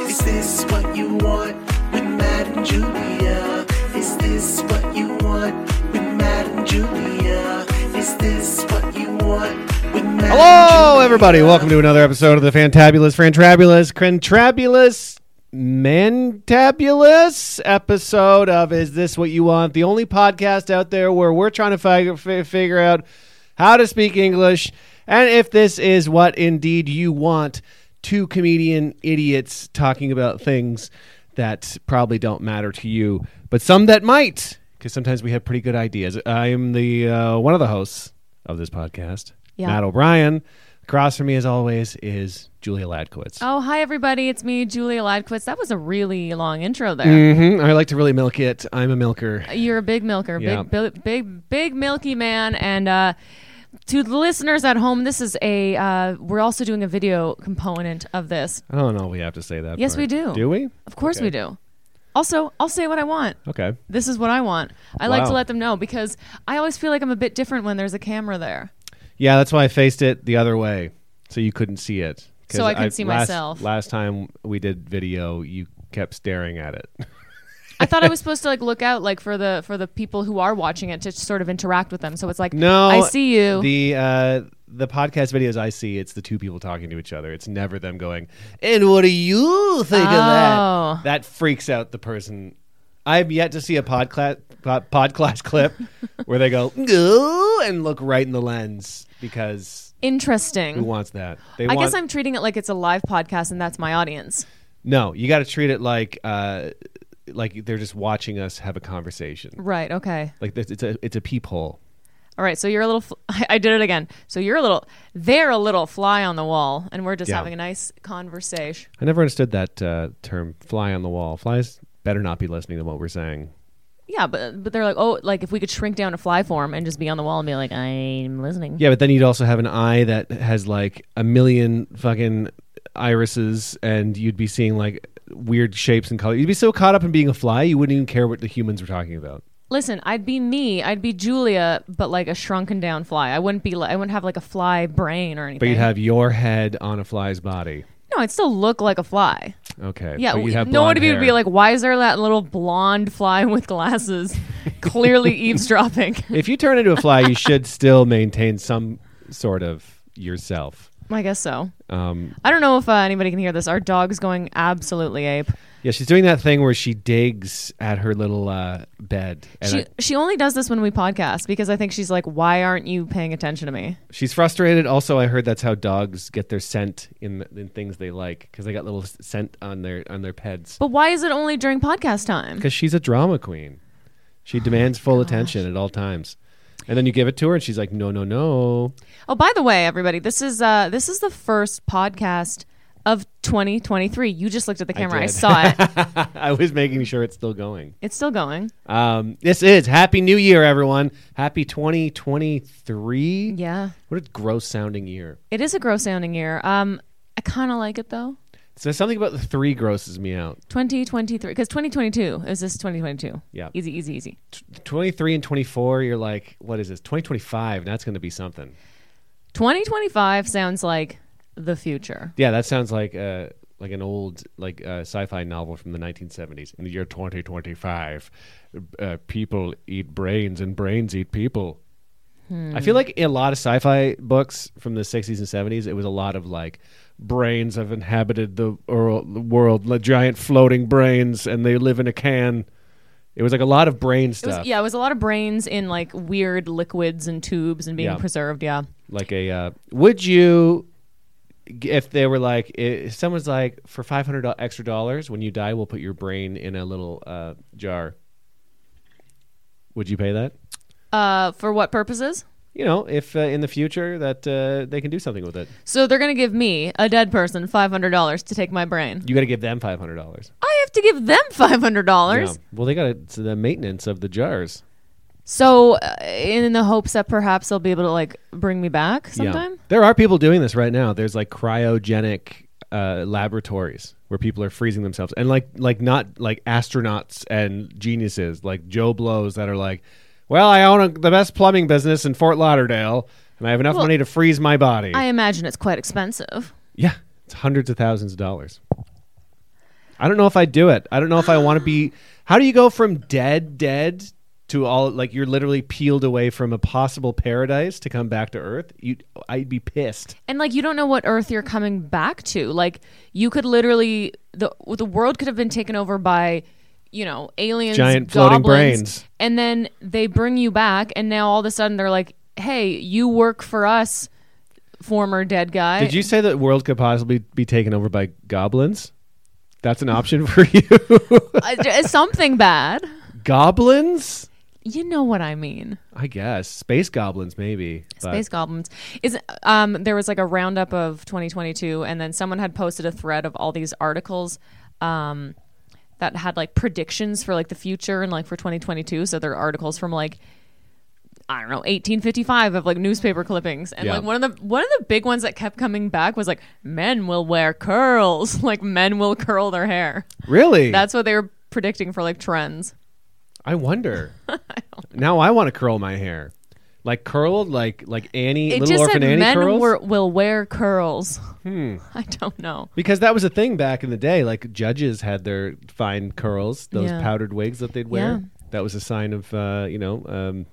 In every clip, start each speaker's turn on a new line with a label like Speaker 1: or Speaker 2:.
Speaker 1: Is this what you want with Matt and Julia? Is this what you want with Matt and Julia? Is this what you want with Matt
Speaker 2: Hello, everybody. Welcome to another episode of the Fantabulous, Frantrabulous, Crentrabulous, Mantabulous episode of Is This What You Want? The only podcast out there where we're trying to fig- fi- figure out how to speak English and if this is what indeed you want. Two comedian idiots talking about things that probably don't matter to you, but some that might, because sometimes we have pretty good ideas. I am the uh, one of the hosts of this podcast,
Speaker 3: Yeah.
Speaker 2: Matt O'Brien. Across from me, as always, is Julia Ladkowitz.
Speaker 3: Oh, hi, everybody. It's me, Julia Ladquist. That was a really long intro there.
Speaker 2: hmm I like to really milk it. I'm a milker.
Speaker 3: You're a big milker,
Speaker 2: Yeah.
Speaker 3: big, big, big, big milky man. And uh, to the listeners at home, this is a, uh, we're also doing a video component of this.
Speaker 2: I don't know if we have to say that.
Speaker 3: Yes,
Speaker 2: part.
Speaker 3: we do.
Speaker 2: Do we?
Speaker 3: Of course
Speaker 2: Okay.
Speaker 3: we do. Also, I'll say what I want.
Speaker 2: Okay.
Speaker 3: This is what I want. I like to
Speaker 2: Wow.
Speaker 3: let them know because I always feel like I'm a bit different when there's a camera there.
Speaker 2: Yeah, that's why I faced it the other way, so you couldn't see it. 'Cause
Speaker 3: So I couldn't see
Speaker 2: last-
Speaker 3: myself.
Speaker 2: Last time we did video, you kept staring at it.
Speaker 3: I thought I was supposed to like look out like for the for the people who are watching it to sort of interact with them. So it's like
Speaker 2: No,
Speaker 3: I see you.
Speaker 2: The uh, the podcast videos I see, it's the two people talking to each other. It's never them going. And what do you think
Speaker 3: Oh.
Speaker 2: of that? That freaks out the person. I've yet to see a podcast podcast clip where they go "Ooh," and look right in the lens because
Speaker 3: Interesting.
Speaker 2: who wants that? They
Speaker 3: I
Speaker 2: want,
Speaker 3: guess I'm treating it like it's a live podcast and that's my audience.
Speaker 2: no. You got to treat it like uh, like they're just watching us have a conversation.
Speaker 3: Right. Okay.
Speaker 2: Like it's it's a it's a peephole.
Speaker 3: All right. So you're a little. Fl- I, I did it again. So you're a little. They're a little fly on the wall, and we're just
Speaker 2: Yeah.
Speaker 3: having a nice conversation.
Speaker 2: I never understood that uh, term "fly on the wall." Flies better not be listening to what we're saying.
Speaker 3: Yeah, but but they're like, oh, like if we could shrink down to fly form and just be on the wall and be like, I'm listening.
Speaker 2: Yeah, but then you'd also have an eye that has like a million fucking irises, and you'd be seeing like weird shapes and colors. You'd be so caught up in being a fly, you wouldn't even care what the humans were talking about.
Speaker 3: Listen, I'd be me. I'd be Julia, but like a shrunken down fly. I wouldn't be. Like, I wouldn't have like a fly brain or anything.
Speaker 2: But you'd have your head on a fly's body.
Speaker 3: no. I'd still look like a fly.
Speaker 2: Okay.
Speaker 3: Yeah,
Speaker 2: but you'd
Speaker 3: we-
Speaker 2: have
Speaker 3: no one
Speaker 2: blonde
Speaker 3: would be, would be
Speaker 2: hair.
Speaker 3: like, why is there that little blonde fly with glasses, clearly eavesdropping?
Speaker 2: If you turn into a fly, you should still maintain some sort of yourself.
Speaker 3: I guess so.
Speaker 2: Um,
Speaker 3: I don't know if uh, anybody can hear this. Our dog's going absolutely ape.
Speaker 2: yeah, she's doing that thing where she digs at her little uh, bed, and
Speaker 3: she
Speaker 2: I-
Speaker 3: she only does this when we podcast because I think she's like, why aren't you paying attention to me?
Speaker 2: She's frustrated. Also, I heard that's how dogs get their scent in in things they like because they got little s- scent on their on their peds.
Speaker 3: But why is it only during podcast time?
Speaker 2: Because she's a drama queen,
Speaker 3: Oh
Speaker 2: she demands full attention at all times. And then you give it to her, and she's like, "No, no, no."
Speaker 3: Oh, by the way, everybody, this is uh this is the first podcast of 2023. You just looked at the camera. I,
Speaker 2: did.
Speaker 3: saw it.
Speaker 2: I was making sure it's still going.
Speaker 3: it's still going.
Speaker 2: Um, this is Happy New Year, everyone. Happy 2023.
Speaker 3: Yeah,
Speaker 2: What a gross sounding year.
Speaker 3: it is a gross sounding year. Um, I kind of like it though.
Speaker 2: So something about the three grosses me out.
Speaker 3: 2023 because 2022 is this 2022.
Speaker 2: Yeah.
Speaker 3: easy, easy, easy.
Speaker 2: T- 23 and 24, you're like, what is this? 2025. That's going to be something.
Speaker 3: 2025 sounds like the future.
Speaker 2: Yeah, that sounds like uh, like an old like uh, sci-fi novel from the 1970s. In the year 2025, uh, people eat brains and brains eat people. I
Speaker 3: Hmm.
Speaker 2: feel like in a lot of sci-fi books from the 60s and 70s, it was a lot of like brains have inhabited the or- the world, like giant floating brains, and they live in a can. It was like a lot of brain
Speaker 3: It
Speaker 2: stuff,
Speaker 3: was, yeah, it was a lot of brains in like weird liquids and tubes and being
Speaker 2: Yeah.
Speaker 3: preserved. Yeah.
Speaker 2: like a uh, would you g- if they were like if someone's like for 500 do- extra dollars when you die we'll put your brain in a little uh, jar would you pay that
Speaker 3: Uh, for what purposes?
Speaker 2: you know if uh, in the future that uh, they can do something with it
Speaker 3: So they're gonna give me a dead person five hundred dollars to take my brain.
Speaker 2: you got to give them $500
Speaker 3: I have to give them five hundred dollars.
Speaker 2: Yeah. well they got to the maintenance of the jars
Speaker 3: So uh, in the hopes that perhaps they'll be able to like bring me back sometime.
Speaker 2: Yeah. There are people doing this right now. There's like cryogenic uh, laboratories where people are freezing themselves and like like not like astronauts and geniuses like Joe Blows that are like, well, I own a, the best plumbing business in Fort Lauderdale and I have enough
Speaker 3: Well,
Speaker 2: money to freeze my body.
Speaker 3: I imagine it's quite expensive.
Speaker 2: yeah, it's hundreds of thousands of dollars. I don't know if I do it. I don't know if I want to be. How do you go from dead, dead to all like you're literally peeled away from a possible paradise to come back to Earth? You, I'd be pissed.
Speaker 3: and like you don't know what earth you're coming back to like you could literally the the world could have been taken over by you know aliens
Speaker 2: Giant floating
Speaker 3: goblins,
Speaker 2: brains.
Speaker 3: and then they bring you back and now all of a sudden they're like hey you work for us former dead guy
Speaker 2: Did you say that world could possibly be taken over by goblins? That's an option for you.
Speaker 3: Uh, d- something bad
Speaker 2: goblins?
Speaker 3: you know what i mean
Speaker 2: I guess space goblins maybe. but-
Speaker 3: Space goblins is um there was like a roundup of 2022 and then someone had posted a thread of all these articles um that had like predictions for like the future and like for 2022 so there are articles from like I don't know 1855 of like newspaper clippings and
Speaker 2: Yeah.
Speaker 3: like one of the one of the big ones that kept coming back was like men will wear curls like men will curl their hair
Speaker 2: Really?
Speaker 3: that's what they were predicting for like trends
Speaker 2: I wonder. now I want to curl my hair, like curled, like like Annie,
Speaker 3: it
Speaker 2: little
Speaker 3: just
Speaker 2: orphan
Speaker 3: said
Speaker 2: Annie
Speaker 3: men
Speaker 2: curls. Hmm.
Speaker 3: were, will wear curls I don't know
Speaker 2: because that was a thing back in the day. Like judges had their fine curls, those
Speaker 3: Yeah.
Speaker 2: powdered wigs that they'd wear.
Speaker 3: Yeah.
Speaker 2: That was a sign of uh, you know um,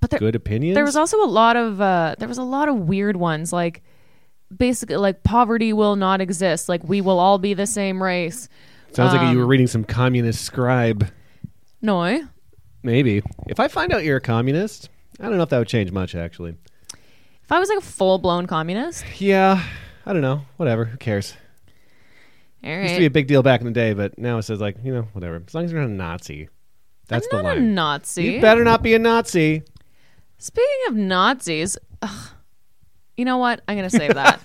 Speaker 3: but there,
Speaker 2: good opinions.
Speaker 3: There was also a lot of uh, there was a lot of weird ones like basically like poverty will not exist. Like we will all be the same race.
Speaker 2: Sounds like you
Speaker 3: um,
Speaker 2: were reading some communist scribe.
Speaker 3: No,
Speaker 2: Maybe if I find out you're a communist, I don't know if that would change much actually.
Speaker 3: if I was like a full blown communist,
Speaker 2: Yeah, I don't know. Whatever. Who cares?
Speaker 3: all
Speaker 2: Used to be a
Speaker 3: right.
Speaker 2: big deal back in the day, but now it says like you know whatever. As long as you're not a Nazi, that's
Speaker 3: I'm
Speaker 2: the
Speaker 3: not a
Speaker 2: line.
Speaker 3: Nazi.
Speaker 2: You better not be a Nazi.
Speaker 3: Speaking of Nazis, ugh, you know what? I'm gonna save that.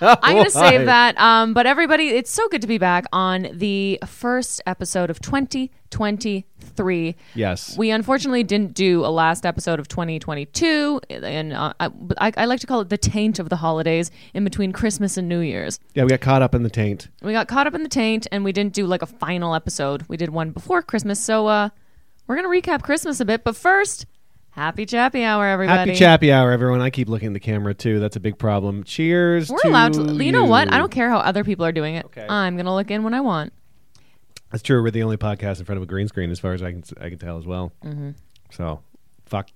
Speaker 3: I'm gonna
Speaker 2: Why?
Speaker 3: save that. Um, but everybody, it's so good to be back on the first episode of 2023.
Speaker 2: Yes.
Speaker 3: We unfortunately didn't do a last episode of 2022, and uh, I, I, I like to call it the taint of the holidays in between Christmas and New Year's.
Speaker 2: yeah, we got caught up in the taint.
Speaker 3: We got caught up in the taint, and we didn't do like a final episode. We did one before Christmas, so uh, we're gonna recap Christmas a bit. But first, happy Chappy Hour, everybody!
Speaker 2: Happy Chappy Hour, everyone. I keep looking at the camera too. That's a big problem. Cheers.
Speaker 3: We're
Speaker 2: to
Speaker 3: allowed to. You,
Speaker 2: You
Speaker 3: know what? I don't care how other people are doing it.
Speaker 2: Okay.
Speaker 3: I'm gonna look in when I want.
Speaker 2: That's true. We're the only podcast in front of a green screen, as far as I can I can tell as well. Mm-hmm. So, fuck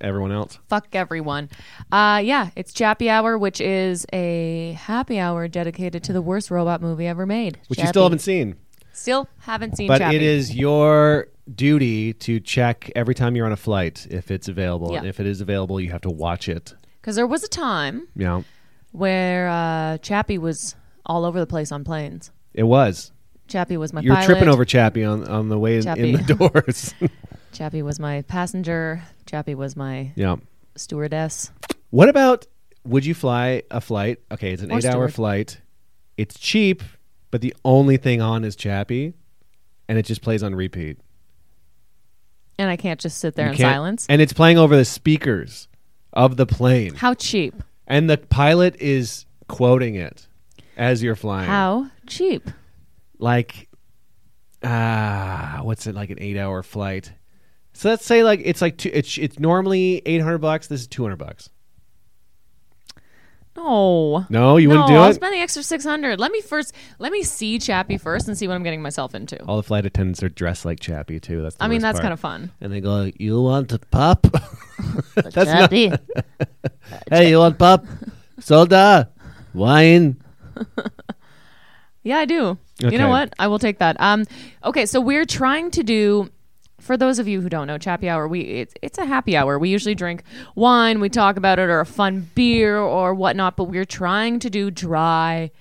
Speaker 2: everyone else.
Speaker 3: Fuck everyone. Uh, yeah, it's Chappy Hour, which is a happy hour dedicated to the worst robot movie ever made,
Speaker 2: Which you still
Speaker 3: Chappy.
Speaker 2: haven't seen,
Speaker 3: Still haven't seen
Speaker 2: but
Speaker 3: Chappie.
Speaker 2: it is your duty to check every time you're on a flight if it's available.
Speaker 3: Yeah.
Speaker 2: And if it is available, you have to watch it.
Speaker 3: Because there was a time
Speaker 2: You know,
Speaker 3: where uh, Chappie was all over the place on planes.
Speaker 2: it was.
Speaker 3: Chappie was my
Speaker 2: You're
Speaker 3: pilot.
Speaker 2: tripping over Chappy on, on the way in- in
Speaker 3: Chappy.
Speaker 2: the doors.
Speaker 3: Chappie was my passenger. Chappie was my
Speaker 2: yeah.
Speaker 3: stewardess.
Speaker 2: What about would you fly a flight? Okay, it's an
Speaker 3: Or
Speaker 2: eight hour
Speaker 3: Stewart.
Speaker 2: flight. It's cheap, but the only thing on is Chappie, and it just plays on repeat.
Speaker 3: And I can't just sit there
Speaker 2: You
Speaker 3: in
Speaker 2: can't-
Speaker 3: silence.
Speaker 2: And it's playing over the speakers of the plane,
Speaker 3: How cheap?
Speaker 2: and the pilot is quoting it as you're flying.
Speaker 3: How cheap?
Speaker 2: Like, ah, what's it like an eight hour flight? So let's say like it's like two, it's it's normally eight hundred bucks. This is two hundred bucks.
Speaker 3: No.
Speaker 2: No, you wouldn't
Speaker 3: No,
Speaker 2: do
Speaker 3: I'll
Speaker 2: it.
Speaker 3: spend the extra six hundred. Let me first. Let me see Chappie first and see what I'm getting myself into.
Speaker 2: All the flight attendants are dressed like Chappie too. That's the
Speaker 3: I
Speaker 2: Oh,
Speaker 3: mean,
Speaker 2: worst
Speaker 3: that's
Speaker 2: part.
Speaker 3: kind of fun.
Speaker 2: and they go, "You want to pop? hey, you want pop? Soda, wine."
Speaker 3: Yeah, I do. You
Speaker 2: Okay.
Speaker 3: know what? I will take that. Um, okay, so we're trying to do. For those of you who don't know, Chappy Hour, we it's, it's a happy hour. We usually drink wine, we talk about it, or a fun beer or whatnot. But we're trying to do dry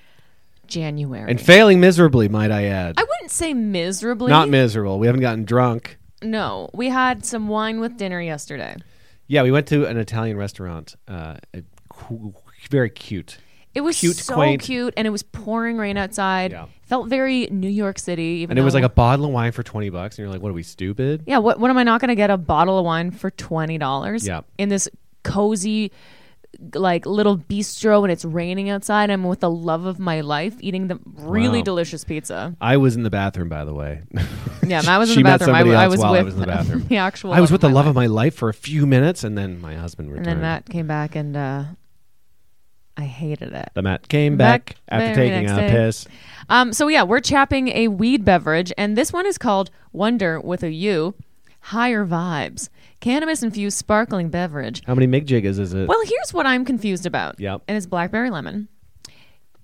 Speaker 3: January.
Speaker 2: And failing miserably, might I add.
Speaker 3: I wouldn't say miserably.
Speaker 2: Not miserable. We haven't gotten drunk.
Speaker 3: no, we had some wine with dinner yesterday.
Speaker 2: Yeah, we went to an Italian restaurant. Uh, a cu- very cute.
Speaker 3: It was
Speaker 2: Cute,
Speaker 3: so
Speaker 2: quaint.
Speaker 3: cute, and it was pouring rain outside.
Speaker 2: Yeah.
Speaker 3: Felt very New York City. Even
Speaker 2: And it was
Speaker 3: though-
Speaker 2: like a bottle of wine for 20 bucks. And you're like, what are we, stupid?
Speaker 3: Yeah, what what am I not going to get a bottle of wine for twenty dollars?
Speaker 2: Yeah.
Speaker 3: in this cozy, like little bistro, and it's raining outside. I'm with the love of my life eating the really
Speaker 2: Wow.
Speaker 3: delicious pizza.
Speaker 2: I was in the bathroom, by the way.
Speaker 3: Yeah, Matt was in
Speaker 2: She
Speaker 3: the
Speaker 2: met
Speaker 3: bathroom. I,
Speaker 2: somebody
Speaker 3: I
Speaker 2: else
Speaker 3: was
Speaker 2: while
Speaker 3: with
Speaker 2: I was in the bathroom.
Speaker 3: the actual.
Speaker 2: I was
Speaker 3: love
Speaker 2: with the
Speaker 3: of my
Speaker 2: love
Speaker 3: life.
Speaker 2: of my life for a few minutes. And then my husband returned.
Speaker 3: And then Matt came back and uh, I hated it.
Speaker 2: The mat came back,
Speaker 3: Back
Speaker 2: after
Speaker 3: very
Speaker 2: taking
Speaker 3: next
Speaker 2: a
Speaker 3: day.
Speaker 2: piss.
Speaker 3: Um, so yeah, we're chapping a weed beverage, and this one is called Wonder with a U, Higher Vibes, cannabis infused sparkling beverage.
Speaker 2: How many mig jiggas is it?
Speaker 3: Well, here's what I'm confused about.
Speaker 2: Yep.
Speaker 3: And it's blackberry lemon.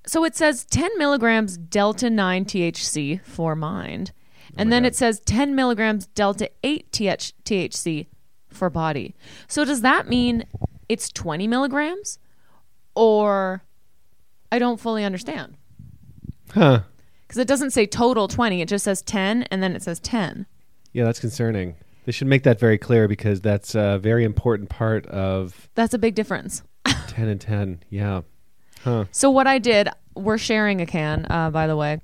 Speaker 3: So it says 10 milligrams delta 9 THC for mind. And then it says 10 milligrams delta 8 TH- THC for body. So does that mean it's 20 milligrams? Or I don't fully understand.
Speaker 2: Huh.
Speaker 3: Because it doesn't say total 20, it just says 10 and then it says 10.
Speaker 2: Yeah, that's concerning. They should make that very clear because that's a very important part of
Speaker 3: That's a big difference.
Speaker 2: 10 and 10. Yeah.
Speaker 3: So what I did, we're sharing a can, uh, by the way,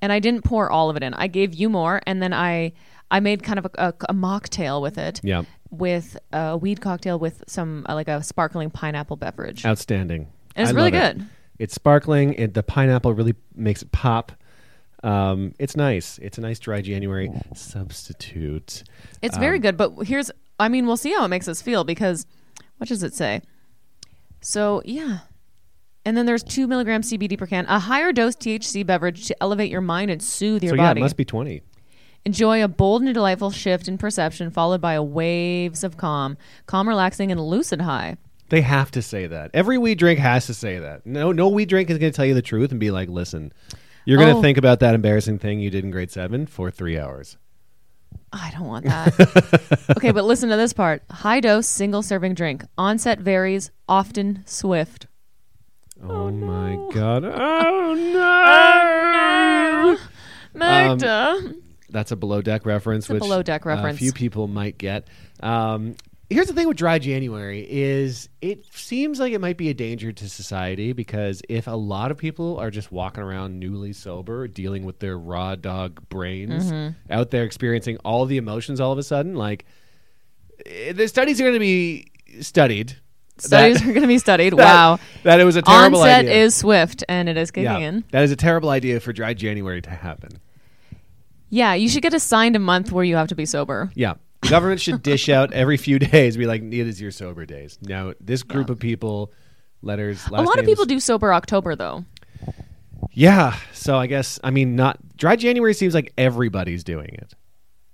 Speaker 3: and I didn't pour all of it in. I gave you more, and then I I made kind of a, a, a mocktail with it.
Speaker 2: Yeah.
Speaker 3: With a weed cocktail with some uh, like a sparkling pineapple beverage.
Speaker 2: Outstanding.
Speaker 3: And it's
Speaker 2: I
Speaker 3: really
Speaker 2: love it.
Speaker 3: good.
Speaker 2: It's sparkling. It, the pineapple really makes it pop. Um, it's nice. It's a nice dry January substitute.
Speaker 3: It's
Speaker 2: Um,
Speaker 3: very good, but here's I mean we'll see how it makes us feel because what does it say? So yeah. And then there's two milligrams CBD per can, a higher dose THC beverage to elevate your mind and soothe your
Speaker 2: so, yeah,
Speaker 3: body.
Speaker 2: it must be 20.
Speaker 3: Enjoy a bold and delightful shift in perception, followed by a waves of calm, calm, relaxing, and lucid high.
Speaker 2: They have to say that. Every weed drink has to say that. No, no weed drink is going to tell you the truth and be like, listen, you're going to
Speaker 3: Oh.
Speaker 2: think about that embarrassing thing you did in grade seven for three hours.
Speaker 3: I don't want that. okay, but listen to this part: high dose, single serving drink. Onset varies, often swift.
Speaker 2: Oh, my God. Oh, no.
Speaker 3: Magda,
Speaker 2: That's a below deck reference,
Speaker 3: a
Speaker 2: which
Speaker 3: below deck
Speaker 2: uh,
Speaker 3: reference.
Speaker 2: few people might get. Um, here's the thing with dry January is it seems like it might be a danger to society because if a lot of people are just walking around newly sober, dealing with their raw dog brains
Speaker 3: Mm-hmm.
Speaker 2: out there experiencing all the emotions all of a sudden, like eh, the studies are going to be studied.
Speaker 3: studies
Speaker 2: That-
Speaker 3: are going to be studied.
Speaker 2: that-
Speaker 3: wow,
Speaker 2: That it was a terrible
Speaker 3: onset
Speaker 2: idea.
Speaker 3: is swift, and it is kicking
Speaker 2: yeah,
Speaker 3: in.
Speaker 2: that is a terrible idea for dry January to happen.
Speaker 3: Yeah, you should get assigned a month where you have to be sober.
Speaker 2: Yeah. The government should dish out every few days, be like, it is your sober days. Now, this group
Speaker 3: Yeah.
Speaker 2: of people, letters, last
Speaker 3: A lot of
Speaker 2: names-
Speaker 3: people do sober October though.
Speaker 2: Yeah. So I guess, I mean, not dry January seems like everybody's doing it.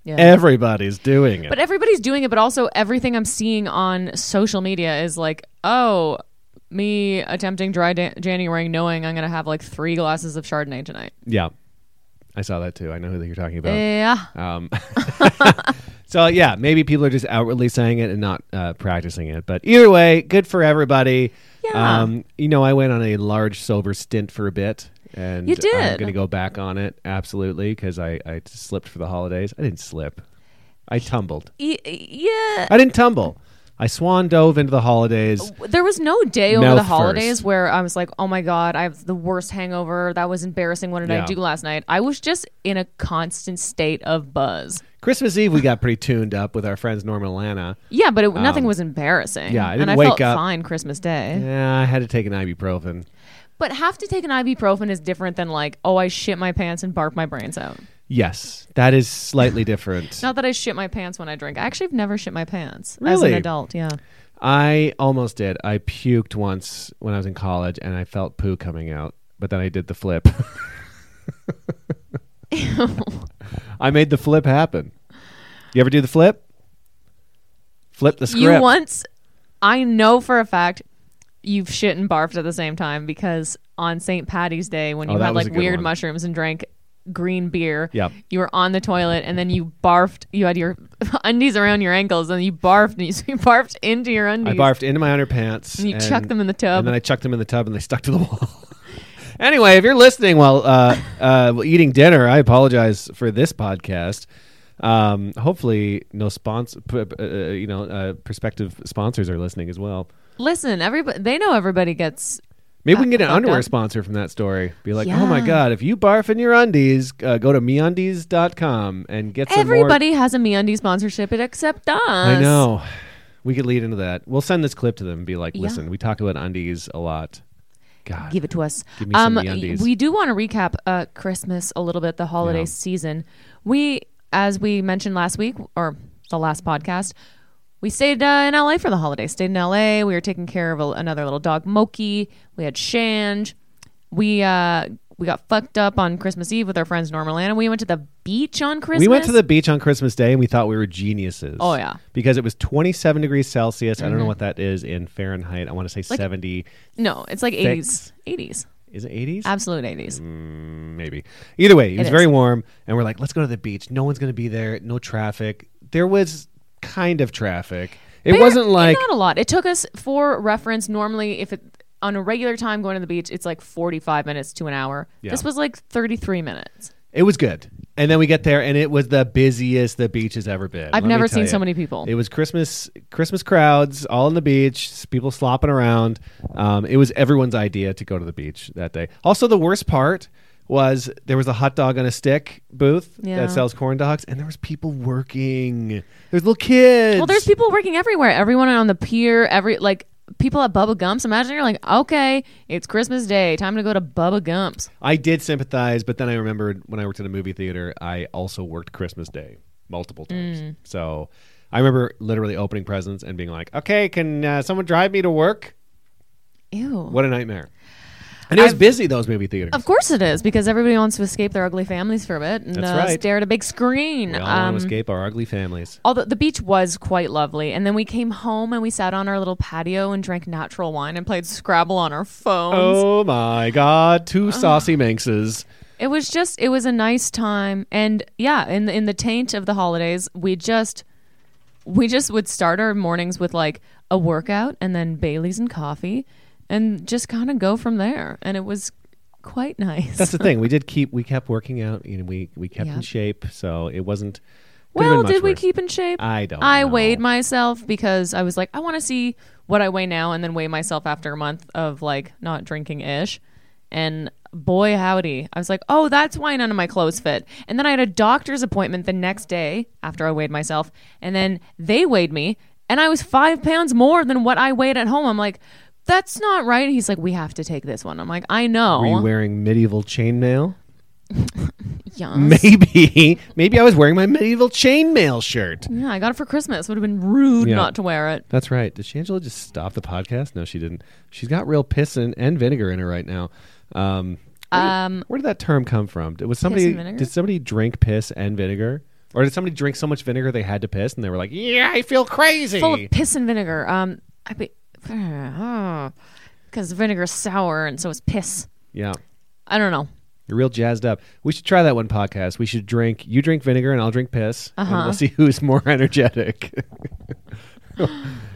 Speaker 3: Yeah.
Speaker 2: Everybody's doing it.
Speaker 3: But everybody's doing it, but also everything I'm seeing on social media is like, oh, me attempting dry da- January knowing I'm going to have like three glasses of Chardonnay tonight.
Speaker 2: yeah. I saw that too. I know who you're talking about.
Speaker 3: Yeah.
Speaker 2: Um, so yeah, maybe people are just outwardly saying it and not uh, practicing it. But either way, good for everybody.
Speaker 3: Yeah.
Speaker 2: Um, you know, I went on a large sober stint for a bit, and
Speaker 3: You
Speaker 2: I'm
Speaker 3: did.
Speaker 2: going to go back on it absolutely because I I just slipped for the holidays. I didn't slip. I tumbled.
Speaker 3: E- yeah.
Speaker 2: I didn't tumble. I swan dove into the holidays.
Speaker 3: There was no day over
Speaker 2: Mouth
Speaker 3: the holidays
Speaker 2: first.
Speaker 3: where I was like, oh my God, I have the worst hangover. That was embarrassing. What did
Speaker 2: Yeah.
Speaker 3: I do last night? I was just in a constant state of buzz.
Speaker 2: Christmas Eve, we got pretty tuned up with our friends Norman and Lana.
Speaker 3: Yeah, but it, nothing was embarrassing.
Speaker 2: Um, yeah, I didn't
Speaker 3: and I
Speaker 2: wake
Speaker 3: felt
Speaker 2: up-
Speaker 3: fine Christmas Day.
Speaker 2: Yeah, I had to take an ibuprofen.
Speaker 3: But have to take an ibuprofen is different than like, oh, I shit my pants and barf my brains out.
Speaker 2: Yes, that is slightly different.
Speaker 3: Not that I shit my pants when I drink. I actually have never shit my pants as
Speaker 2: Really?
Speaker 3: an adult. Yeah.
Speaker 2: I almost did. I puked once when I was in college, and I felt poo coming out, but then I did the flip. I made the flip happen. You ever do the flip? Flip the script.
Speaker 3: You once, I know for a fact, you've shit and barfed at the same time because on St. Patty's Day, when
Speaker 2: Oh,
Speaker 3: you
Speaker 2: that
Speaker 3: had
Speaker 2: was
Speaker 3: like
Speaker 2: a good
Speaker 3: weird
Speaker 2: one.
Speaker 3: mushrooms and drank green beer,
Speaker 2: Yep.
Speaker 3: you were on the toilet and then you barfed. You had your undies around your ankles and you barfed. And you, so you barfed into your
Speaker 2: I
Speaker 3: undies.
Speaker 2: barfed into my underpants.
Speaker 3: And you chucked them in the tub.
Speaker 2: And then I chucked them in the tub, and they stuck to the wall. anyway, if you're listening while uh, uh, while eating dinner, I apologize for this podcast. Um, hopefully, no sponsor, p- p- uh, you know, uh, prospective sponsors are listening as well.
Speaker 3: Listen, everybody, they know everybody gets.
Speaker 2: Maybe we can get an
Speaker 3: Fucked
Speaker 2: underwear
Speaker 3: up.
Speaker 2: sponsor from that story. Be like, oh my
Speaker 3: Yeah.
Speaker 2: god, if you barf in your undies, uh, go to meundies.com and get some more.
Speaker 3: Everybody has a MeUndies sponsorship except us.
Speaker 2: I know. We could lead into that. We'll send this clip to them and be like,
Speaker 3: Yeah.
Speaker 2: listen, we talked about undies a lot. God.
Speaker 3: give it to us.
Speaker 2: Give me some
Speaker 3: y-
Speaker 2: MeUndies.
Speaker 3: we do want to recap uh, Christmas a little bit, the holiday
Speaker 2: Yeah.
Speaker 3: season. We, as we mentioned last week or the last podcast, we stayed uh, in LA for the holiday. Stayed in LA. We were taking care of a, another little dog, Moki. We had Shange. We uh, we got fucked up on Christmas Eve with our friends Normal and we went to the beach on Christmas.
Speaker 2: We went to the beach on Christmas Day and we thought we were geniuses.
Speaker 3: Oh, yeah. Mm-hmm.
Speaker 2: because it was 27 degrees Celsius. I don't know what that is in Fahrenheit. I want to say 70.
Speaker 3: no, it's like eighties, eighties,
Speaker 2: Is it 80s?
Speaker 3: absolute eighties.
Speaker 2: Maybe. Either way, it, was
Speaker 3: is.
Speaker 2: very warm, and we're like, let's go to the beach. No one's going to be there. No traffic. There was kind of traffic. It
Speaker 3: Fair-
Speaker 2: wasn't like
Speaker 3: eh, not a lot. It took us for reference. Normally, if it on a regular time going to the beach, it's like forty-five minutes to an hour.
Speaker 2: Yeah.
Speaker 3: This was like thirty-three minutes.
Speaker 2: it was good. And then we get there, and it was the busiest the beach has ever been. Let
Speaker 3: I've
Speaker 2: me
Speaker 3: never
Speaker 2: tell
Speaker 3: seen
Speaker 2: you.
Speaker 3: so many people.
Speaker 2: It was Christmas, Christmas crowds all on the beach, s- people slopping around. Um, it was everyone's idea to go to the beach that day. Also, the worst part was there was a hot dog on a stick booth
Speaker 3: Yeah.
Speaker 2: that sells corn dogs, and there was people working. There's little kids.
Speaker 3: well, there's people working everywhere. Everyone on the pier. Every like people at Bubba Gump's. Imagine you're like, okay, it's Christmas Day, time to go to Bubba Gump's.
Speaker 2: I did sympathize, but then I remembered when I worked in a movie theater, I also worked Christmas Day multiple times.
Speaker 3: Mm.
Speaker 2: So I remember literally opening presents and being like, "Okay, can uh, someone drive me to work?"
Speaker 3: Ew.
Speaker 2: What a nightmare! And it was busy those movie theaters.
Speaker 3: Of course it is because everybody wants to escape their ugly families for a bit and
Speaker 2: That's
Speaker 3: uh,
Speaker 2: right.
Speaker 3: stare at a big screen.
Speaker 2: we all
Speaker 3: Um,
Speaker 2: want to escape our ugly families.
Speaker 3: although the beach was quite lovely and then we came home and we sat on our little patio and drank natural wine and played scrabble on our phones
Speaker 2: Oh my God! Two saucy minxes.
Speaker 3: it was just it was a nice time and yeah in the, in the taint of the holidays we just we just would start our mornings with like a workout and then baileys and coffee and just kind of go from there and it was quite nice
Speaker 2: That's the thing. We did keep. We kept working out, and we we kept
Speaker 3: Yeah.
Speaker 2: in shape. So it wasn't. could've been
Speaker 3: Well,
Speaker 2: much
Speaker 3: did we
Speaker 2: worse.
Speaker 3: keep in shape?
Speaker 2: I don't
Speaker 3: I
Speaker 2: know.
Speaker 3: weighed myself because I was like, I want to see what I weigh now, and then weigh myself after a month of like not drinking ish. And boy, howdy, I was like, oh, that's why none of my clothes fit. And then I had a doctor's appointment the next day after I weighed myself, and then they weighed me, and I was five pounds more than what I weighed at home. I'm like, that's not right. He's like, we have to take this one. I'm like, I know.
Speaker 2: Were you wearing medieval chainmail?
Speaker 3: Yes.
Speaker 2: Maybe, maybe I was wearing my medieval chainmail shirt.
Speaker 3: yeah, I got it for Christmas. Would have been rude
Speaker 2: Yeah.
Speaker 3: not to wear it.
Speaker 2: That's right. Did Shangela just stop the podcast? No, she didn't. She's got real piss and, and vinegar in her right now. Um, where,
Speaker 3: Um,
Speaker 2: where did that term come from? Did, was somebody
Speaker 3: and vinegar?
Speaker 2: did somebody drink piss and vinegar, or did somebody drink so much vinegar they had to piss and they were like, "Yeah, I feel crazy."
Speaker 3: full of piss and vinegar. Um, I be because vinegar's sour and so is piss.
Speaker 2: yeah,
Speaker 3: I don't know.
Speaker 2: you're real jazzed up. We should try that one podcast. We should drink. You drink vinegar and I'll drink piss, and
Speaker 3: Uh-huh.
Speaker 2: we'll see who's more energetic.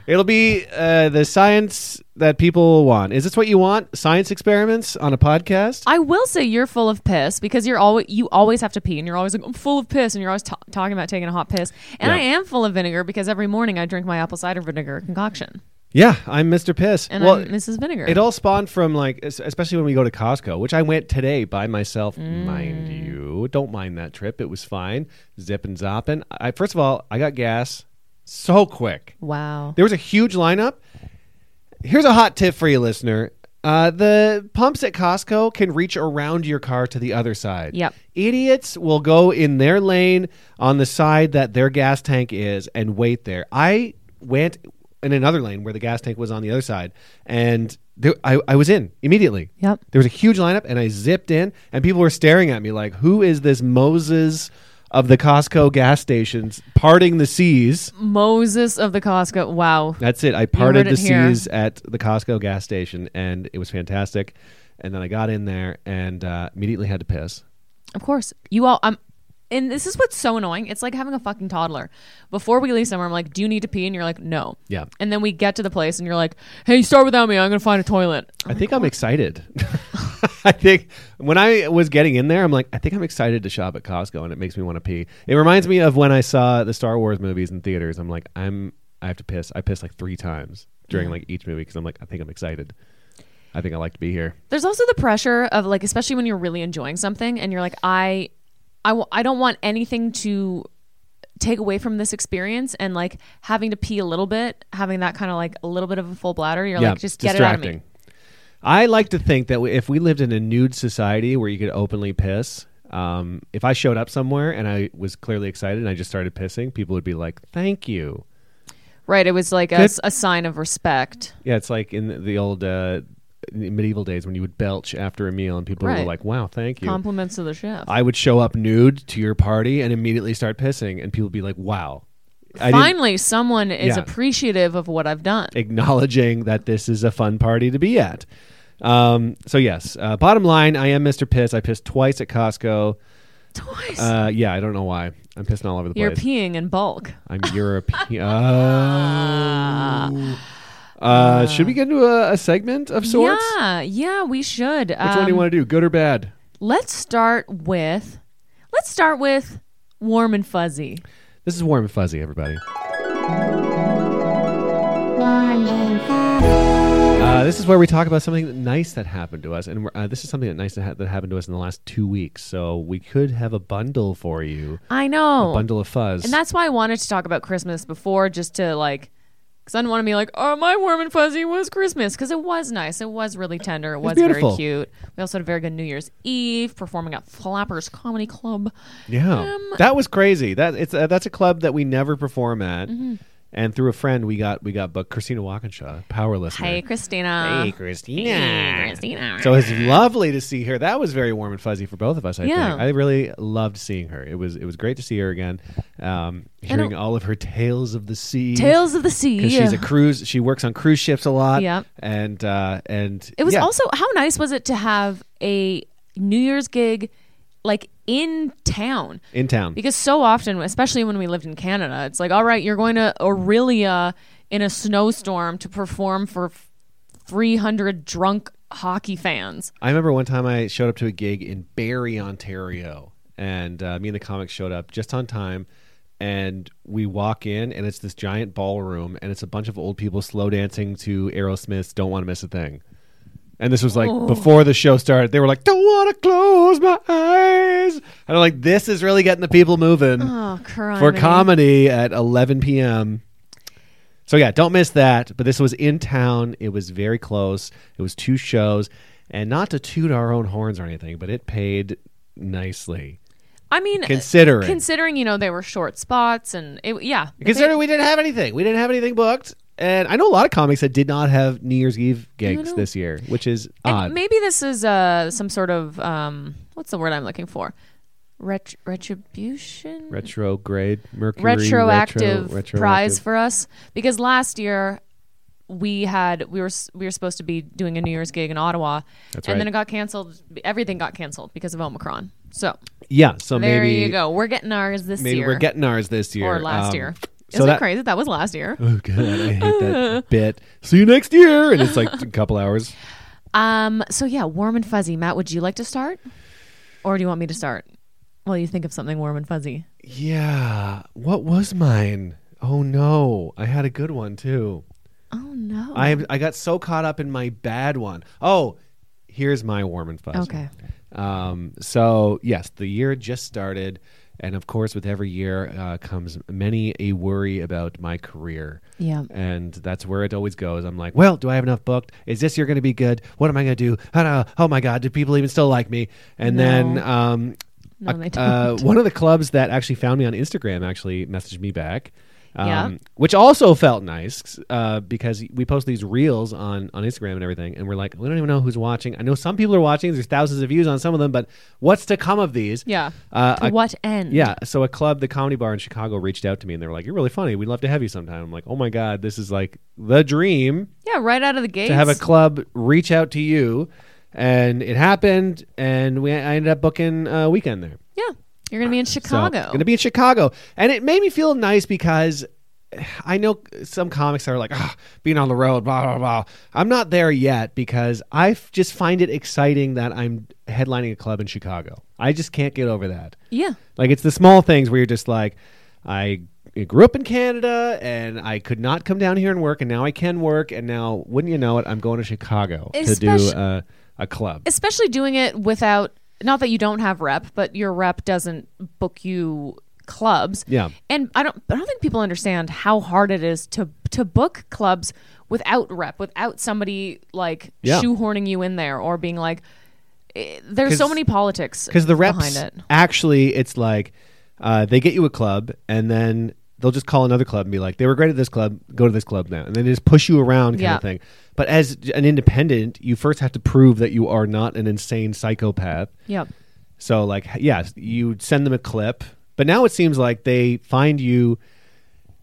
Speaker 2: It'll be uh, the science that people want. Is this what you want? Science experiments on a podcast?
Speaker 3: I will say you're full of piss because you're always you always have to pee and you're always like I'm full of piss and you're always ta talking about taking a hot piss. And
Speaker 2: Yeah.
Speaker 3: I am full of vinegar because every morning I drink my apple cider vinegar concoction
Speaker 2: Yeah, I'm Mr. Piss.
Speaker 3: and
Speaker 2: well,
Speaker 3: I'm Mrs. Vinegar.
Speaker 2: it all spawned from like, es- especially when we go to Costco, which I went today by myself, mind
Speaker 3: Mm.
Speaker 2: you. Don't mind that trip; it was fine. Zipping, zopping. I first of all, I got gas so quick.
Speaker 3: wow.
Speaker 2: There was a huge lineup. Here's a hot tip for you, listener. Uh, the pumps at Costco can reach around your car to the other side.
Speaker 3: Yep.
Speaker 2: Idiots will go in their lane on the side that their gas tank is and wait there. I went in another lane where the gas tank was on the other side, and there, I, I was in immediately.
Speaker 3: Yep.
Speaker 2: There was a huge lineup, and I zipped in, and people were staring at me like, who is this Moses of the Costco gas stations parting the seas?
Speaker 3: Moses of the Costco. Wow.
Speaker 2: That's it. I parted
Speaker 3: heard
Speaker 2: the
Speaker 3: it here.
Speaker 2: seas at the Costco gas station, and it was fantastic. And then I got in there and uh, immediately had to piss.
Speaker 3: Of course. You all I'm and this is what's so annoying. It's like having a fucking toddler. Before we leave somewhere, I'm like, "Do you need to pee?" And you're like, "No."
Speaker 2: Yeah.
Speaker 3: And then we get to the place, and you're like, "Hey, start without me. I'm gonna find a toilet."
Speaker 2: I think I'm excited. I think when I was getting in there, I'm like, I think I'm excited to shop at Costco, and it makes me want to pee. It reminds me of when I saw the Star Wars movies in theaters. I'm like, I'm I have to piss. I pissed like three times during like each movie because I'm like, I think I'm excited. I think I like to be here.
Speaker 3: There's also the pressure of like, especially when you're really enjoying something, and you're like, "I, I, w- I don't want anything to take away from this experience." And like having to pee a little bit, having that kind of like a little bit of a full bladder, you're like, "Just get it out of me."
Speaker 2: I like to think that if we lived in a nude society where you could openly piss, um, if I showed up somewhere and I was clearly excited and I just started pissing, people would be like, "Thank you."
Speaker 3: Right. It was like a,
Speaker 2: Good.
Speaker 3: s- a sign of respect.
Speaker 2: Yeah, it's like in the- the old uh, medieval days when you would belch after a meal and people were
Speaker 3: Right.
Speaker 2: like, "Wow, thank you."
Speaker 3: Compliments to the chef.
Speaker 2: I would show up nude to your party and immediately start pissing, and people would be like, "Wow." I didn't-
Speaker 3: Finally, someone is
Speaker 2: Yeah.
Speaker 3: appreciative of what I've done.
Speaker 2: acknowledging that this is a fun party to be at. Um, so yes, uh, bottom line, I am Mr. Piss. I pissed twice at Costco.
Speaker 3: Twice.
Speaker 2: Uh, yeah, I don't know why. I'm pissing all over the
Speaker 3: You're
Speaker 2: place.
Speaker 3: peeing in bulk.
Speaker 2: I'm European. Oh. Uh, should we get into a, a segment of sorts?
Speaker 3: Yeah. Yeah. Um, We should. Which
Speaker 2: Which one do you want to do, good or bad?
Speaker 3: Let's start with. Let's start with warm and fuzzy.
Speaker 2: This is warm and fuzzy, everybody. Uh, this is where we talk about something that nice that happened to us, and we're, uh, this is something that nice that, ha- that happened to us in the last two weeks. So we could have a bundle for you,
Speaker 3: I know.
Speaker 2: bundle of fuzz.
Speaker 3: And that's why I wanted to talk about Christmas before, just to like, because I didn't want to be like, oh, my warm and fuzzy was Christmas, because it was nice. It was really tender. It was
Speaker 2: beautiful.
Speaker 3: very cute. We also had a very good New Year's Eve performing at Flappers Comedy Club.
Speaker 2: yeah,
Speaker 3: um,
Speaker 2: that was crazy. That it's uh, that's a club that we never perform at,
Speaker 3: Mm-hmm.
Speaker 2: and through a friend we got we got but Christina Walkinshaw, power listener.
Speaker 3: Hey, Christina.
Speaker 2: Christina.
Speaker 3: Hey, Christina.
Speaker 2: So it's lovely to see her. That was very warm and fuzzy for both of us. I
Speaker 3: Yeah.
Speaker 2: think I really loved seeing her. It was it was great to see her again. Um, hearing
Speaker 3: a-
Speaker 2: all of her tales of the sea.
Speaker 3: Tales of the Sea.
Speaker 2: because she's a cruise. She works on cruise ships a lot.
Speaker 3: Yep.
Speaker 2: And uh, and
Speaker 3: it was
Speaker 2: yeah.
Speaker 3: also, how nice was it to have a New Year's gig like in town?
Speaker 2: in town.
Speaker 3: Because so often, especially when we lived in Canada, it's like, all right, you're going to Aurelia in a snowstorm to perform for f- 300 drunk hockey fans.
Speaker 2: I remember one time I showed up to a gig in Barrie, Ontario, and uh, me and the comic showed up just on time. And we walk in, and it's this giant ballroom, and it's a bunch of old people slow dancing to Aerosmith's "Don't Want to Miss a Thing." And this was like before the show started. They were like, "Don't want to close my eyes," and I'm like, "This is really getting the people moving."
Speaker 3: Oh, crime.
Speaker 2: for comedy at 11 p.m. So yeah, don't miss that. But this was in town. It was very close. It was two shows, and not to toot our own horns or anything, but it paid nicely.
Speaker 3: I mean,
Speaker 2: Considering.
Speaker 3: Considering, you know, they were short spots and it, yeah.
Speaker 2: Considering we didn't have anything, we didn't have anything booked, and I know a lot of comics that did not have New Year's Eve gigs
Speaker 3: know.
Speaker 2: this year, which is
Speaker 3: And
Speaker 2: odd.
Speaker 3: maybe this is uh, some sort of, um, what's the word I'm looking for? Ret- retribution?
Speaker 2: Retrograde Mercury
Speaker 3: retroactive,
Speaker 2: retro- retroactive.
Speaker 3: prize for us because last year we had we were s- we were supposed to be doing a New Year's gig in Ottawa,
Speaker 2: That's
Speaker 3: and then
Speaker 2: right.
Speaker 3: it got canceled. Everything got canceled because of Omicron. So
Speaker 2: Yeah, so
Speaker 3: there
Speaker 2: maybe
Speaker 3: you go. We're getting ours this
Speaker 2: maybe
Speaker 3: year
Speaker 2: we're getting ours this year
Speaker 3: or last
Speaker 2: Um,
Speaker 3: year.
Speaker 2: so
Speaker 3: Isn't it
Speaker 2: that-
Speaker 3: crazy? That was last year.
Speaker 2: oh god, I hate that bit. See you next year, and it's like a couple hours.
Speaker 3: Um. So yeah, warm and fuzzy. Matt, would you like to start, or do you want me to start? Well, you think of something warm and fuzzy.
Speaker 2: Yeah, what was mine? Oh no, I had a good one too.
Speaker 3: Oh no.
Speaker 2: I I got so caught up in my bad one. Oh, here's my warm and fuzzy.
Speaker 3: Okay.
Speaker 2: Um, so yes, the year just started, and of course, with every year uh, comes many a worry about my career.
Speaker 3: Yeah.
Speaker 2: And that's where it always goes. I'm like, well, do I have enough booked? Is this year going to be good? What am I going to do? I don't know. Oh my God, do people even still like me? And then
Speaker 3: No.
Speaker 2: um,
Speaker 3: No, they don't.
Speaker 2: uh, one of the clubs that actually found me on Instagram actually messaged me back. Um,
Speaker 3: Yeah.
Speaker 2: Which also felt nice uh, because we post these reels on, on Instagram and everything, and we're like, we don't even know who's watching. I know some people are watching. There's thousands of views on some of them, but what's to come of these?
Speaker 3: yeah.
Speaker 2: Uh,
Speaker 3: To
Speaker 2: a-
Speaker 3: what end?
Speaker 2: yeah. So a club, the comedy bar in Chicago, reached out to me and they were like, "You're really funny. We'd love to have you sometime." I'm like, "Oh my god, this is like the dream
Speaker 3: Yeah. Right out of the gate.
Speaker 2: to have a club reach out to you." And it happened, and we I ended up booking a weekend there.
Speaker 3: Yeah. You're going to be in Chicago.
Speaker 2: going to be in Chicago. And it made me feel nice because I know some comics are like, ah, being on the road, blah, blah, blah. I'm not there yet because I f- just find it exciting that I'm headlining a club in Chicago. I just can't get over that.
Speaker 3: yeah.
Speaker 2: Like, it's the small things where you're just like, I grew up in Canada and I could not come down here and work, and now I can work. And now, wouldn't you know it, I'm going to Chicago to
Speaker 3: Especially-
Speaker 2: do uh, a club.
Speaker 3: Especially doing it without, not that you don't have rep, but your rep doesn't book you clubs.
Speaker 2: Yeah.
Speaker 3: And I don't, I don't think people understand how hard it is to, to book clubs without rep, without somebody like
Speaker 2: Yeah.
Speaker 3: shoehorning you in there or being like, eh, there's
Speaker 2: 'Cause-
Speaker 3: so many politics
Speaker 2: because the reps
Speaker 3: behind it.
Speaker 2: actually it's like uh, they get you a club and then they'll just call another club and be like, they were great at this club, go to this club now. And then they just push you around kind
Speaker 3: Yeah.
Speaker 2: of thing. But as an independent, you first have to prove that you are not an insane psychopath.
Speaker 3: Yep.
Speaker 2: So like yes, you send them a clip, but now it seems like they find you.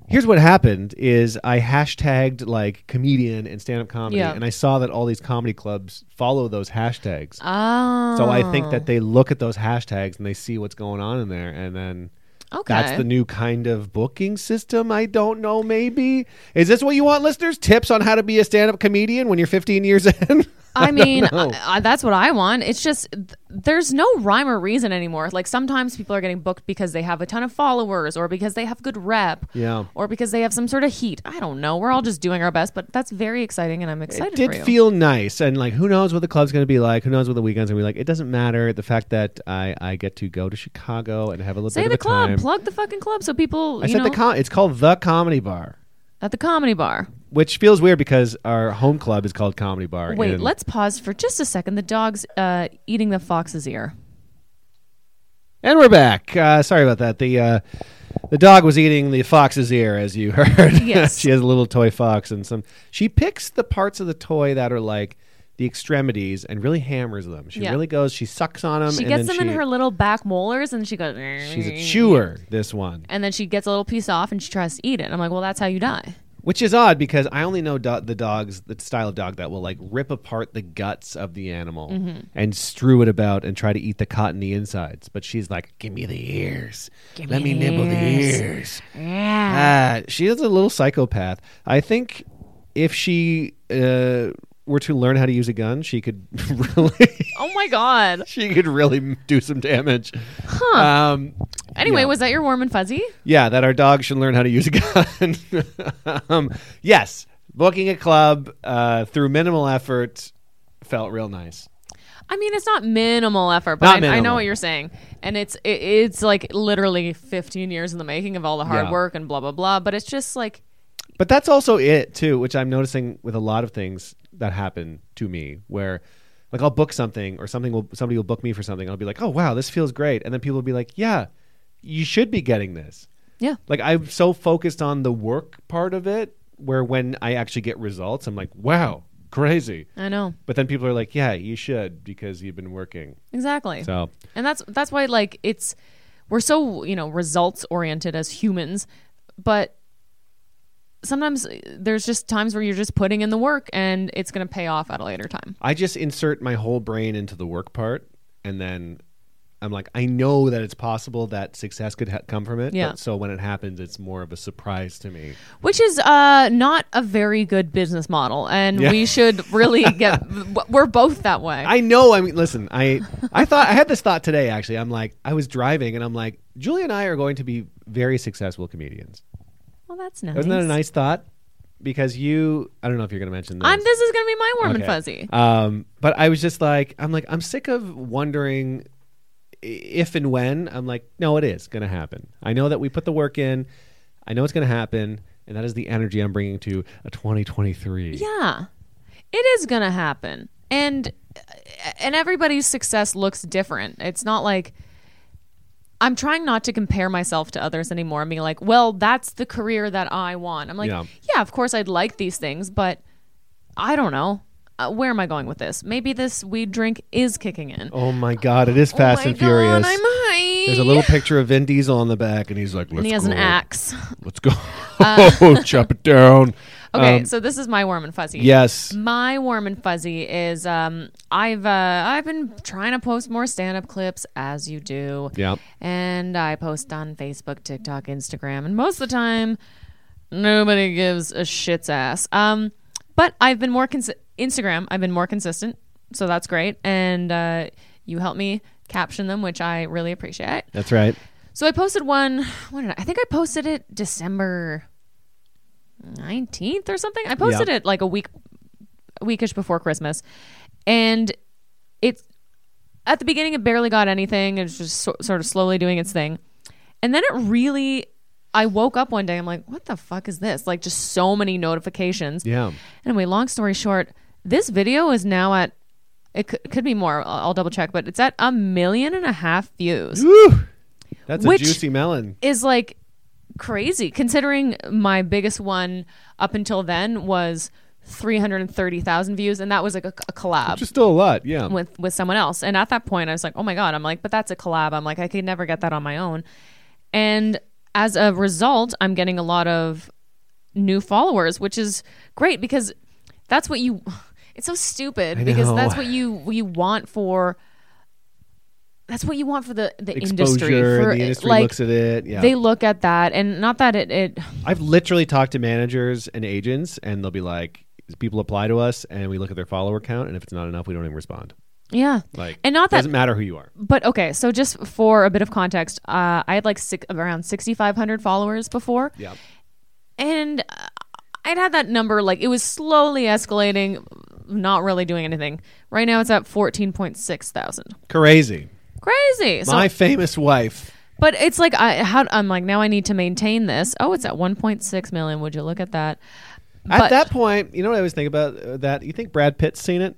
Speaker 2: Here's what happened: is I hashtagged like comedian and stand up comedy,
Speaker 3: Yeah.
Speaker 2: and I saw that all these comedy clubs follow those hashtags.
Speaker 3: Oh.
Speaker 2: So I think that they look at those hashtags and they see what's going on in there, and then.
Speaker 3: Okay.
Speaker 2: That's the new kind of booking system. I don't know. Maybe is this what you want, listeners? Tips on how to be a stand-up comedian when you're 15 years in.
Speaker 3: I mean,
Speaker 2: know.
Speaker 3: I, I, that's what I want. It's just th- there's no rhyme or reason anymore. Like sometimes people are getting booked because they have a ton of followers or because they have good rep.
Speaker 2: Yeah.
Speaker 3: Or because they have some sort of heat. I don't know. We're all just doing our best, but that's very exciting and I'm excited
Speaker 2: it did
Speaker 3: for you.
Speaker 2: feel nice and like who knows what the club's going to be like who knows what the weekend's going to be like it doesn't matter the fact that i i get to go to chicago and have a little
Speaker 3: Say
Speaker 2: bit
Speaker 3: the
Speaker 2: of a
Speaker 3: club,
Speaker 2: time
Speaker 3: plug the fucking club so people,
Speaker 2: i
Speaker 3: you
Speaker 2: said
Speaker 3: know,
Speaker 2: the com- it's called the comedy bar
Speaker 3: at the comedy bar.
Speaker 2: which feels weird because our home club is called comedy bar
Speaker 3: Wait,
Speaker 2: and-
Speaker 3: let's pause for just a second. The dog's uh, eating the fox's ear.
Speaker 2: and we're back uh, sorry about that the uh the dog was eating the fox's ear, as you heard.
Speaker 3: Yes.
Speaker 2: she has a little toy fox, and some. She picks the parts of the toy that are like the extremities and really hammers them. She
Speaker 3: Yeah.
Speaker 2: really goes. She sucks on them. Um,
Speaker 3: She
Speaker 2: and
Speaker 3: gets
Speaker 2: then
Speaker 3: them in
Speaker 2: she-
Speaker 3: her little back molars and she goes,
Speaker 2: She's a chewer. This one.
Speaker 3: And then she gets a little piece off and she tries to eat it. I'm like, well, that's how you die.
Speaker 2: Which is odd because I only know do- the dogs, the style of dog that will like rip apart the guts of the animal
Speaker 3: Mm-hmm.
Speaker 2: and strew it about and try to eat the cottony insides. But she's like, "Give me the ears.
Speaker 3: Give
Speaker 2: Let me,
Speaker 3: me the
Speaker 2: nibble
Speaker 3: ears."
Speaker 2: the ears."
Speaker 3: Yeah.
Speaker 2: Ah, she is a little psychopath. I think if she uh, were to learn how to use a gun, she could really,
Speaker 3: Oh my god.
Speaker 2: she could really do some damage. Huh. Um,
Speaker 3: Anyway,
Speaker 2: yeah.
Speaker 3: was that your warm and fuzzy?
Speaker 2: Yeah, that our dog should learn how to use a gun. um, yes, booking a club uh, through minimal effort felt real nice.
Speaker 3: I mean, it's not minimal effort, but
Speaker 2: Not
Speaker 3: I, I know
Speaker 2: minimal.
Speaker 3: what you're saying, and it's it, it's like literally 15 years in the making of all the hard
Speaker 2: Yeah.
Speaker 3: work and blah blah blah. But it's just like
Speaker 2: But that's also it too, which I'm noticing with a lot of things that happen to me, where like I'll book something or something will somebody will book me for something. And I'll be like, oh wow, this feels great, and then people will be like, yeah, you should be getting this.
Speaker 3: yeah,
Speaker 2: Like I'm so focused on the work part of it, where when I actually get results, I'm like, wow, crazy.
Speaker 3: I know
Speaker 2: But then people are like, yeah, you should because you've been working.
Speaker 3: exactly.
Speaker 2: So
Speaker 3: and that's that's why like it's we're so you know results oriented as humans but sometimes uh, there's just times where you're just putting in the work and it's going to pay off at a later time
Speaker 2: I just insert my whole brain into the work part, and then I'm like, I know that it's possible that success could ha- come from it.
Speaker 3: Yeah.
Speaker 2: But, so when it happens, it's more of a surprise to me.
Speaker 3: which is uh not a very good business model and
Speaker 2: Yeah.
Speaker 3: we should really get w- we're both that way
Speaker 2: I know. I mean, listen, I I thought I had this thought today. Actually, I'm like, I was driving, and I'm like, Julie and I are going to be very successful comedians.
Speaker 3: well that's nice
Speaker 2: Wasn't that a nice thought? Because you, I don't know if you're going to mention this.
Speaker 3: i'm this is going to be my warm and
Speaker 2: Okay.
Speaker 3: fuzzy
Speaker 2: Um, but I was just like, I'm like, I'm sick of wondering i- if and when. I'm like, no, it is going to happen. I know that we put the work in. I know it's going to happen, and that is the energy I'm bringing to a 2023.
Speaker 3: yeah it is going to happen and and everybody's success looks different it's not like I'm trying not to compare myself to others anymore and being like, well, that's the career that I want. I'm like,
Speaker 2: Yeah.
Speaker 3: yeah, of course I'd like these things, but I don't know. Uh, where am I going with this? Maybe this weed drink is kicking in.
Speaker 2: Oh my God! It is Fast
Speaker 3: Oh my
Speaker 2: and Furious.
Speaker 3: God, I'm high.
Speaker 2: There's a little picture of Vin Diesel on the back, and he's like, Let's
Speaker 3: and he has
Speaker 2: go.
Speaker 3: an axe.
Speaker 2: Let's go. Oh, Chop it down.
Speaker 3: Okay,
Speaker 2: Um,
Speaker 3: so this is my warm and fuzzy.
Speaker 2: yes.
Speaker 3: My warm and fuzzy is um I've uh, I've been trying to post more stand up clips as you do.
Speaker 2: Yeah.
Speaker 3: And I post on Facebook, TikTok, Instagram, and most of the time nobody gives a shit's ass. Um but I've been more cons- Instagram, I've been more consistent, so that's great. And uh, you help me caption them, which I really appreciate.
Speaker 2: That's right.
Speaker 3: So I posted one. When did I, I think I posted it December nineteenth or something. I posted
Speaker 2: Yeah.
Speaker 3: it like a week, a weekish before Christmas, and it at the beginning it barely got anything. It was just so, sort of slowly doing its thing, and then it really. I woke up one day. I'm like, what the fuck is this? Like, just so many notifications.
Speaker 2: Yeah.
Speaker 3: Anyway, long story short, this video is now at. It could, could be more. I'll, I'll double check, but it's at a million and a half views
Speaker 2: Woo! That's a
Speaker 3: Which-
Speaker 2: juicy melon.
Speaker 3: is like crazy considering my biggest one up until then was 330,000 views and that was like a, a collab
Speaker 2: Which is still a lot, yeah.
Speaker 3: with with someone else. And at that point, I was like, oh my god, I'm like, but that's a collab. I'm like, I could never get that on my own. And as a result, I'm getting a lot of new followers, which is great because that's what you. It's so stupid because
Speaker 2: know.
Speaker 3: that's what you you want for. That's what you want for the the industry.
Speaker 2: Exposure,
Speaker 3: For
Speaker 2: and the industry
Speaker 3: like
Speaker 2: looks at it. Yeah.
Speaker 3: they look at that, and not that it it
Speaker 2: I've literally talked to managers and agents, and they'll be like, people apply to us, and we look at their follower count, and if it's not enough, we don't even respond.
Speaker 3: yeah.
Speaker 2: Like,
Speaker 3: And not that- Mm.
Speaker 2: doesn't matter who you are.
Speaker 3: but okay, so just for a bit of context, uh, I had like six, around sixty five hundred followers before.
Speaker 2: Yeah.
Speaker 3: and uh, I'd had that number like it was slowly escalating, not really doing anything. Right now it's at fourteen point six thousand.
Speaker 2: Crazy.
Speaker 3: Crazy. So,
Speaker 2: My famous wife.
Speaker 3: but it's like I how I'm like now I need to maintain this. Oh, it's at one point six million. Would you look at that?
Speaker 2: At
Speaker 3: But-
Speaker 2: that point, you know what I always think about uh, that? You think Brad Pitt's seen it?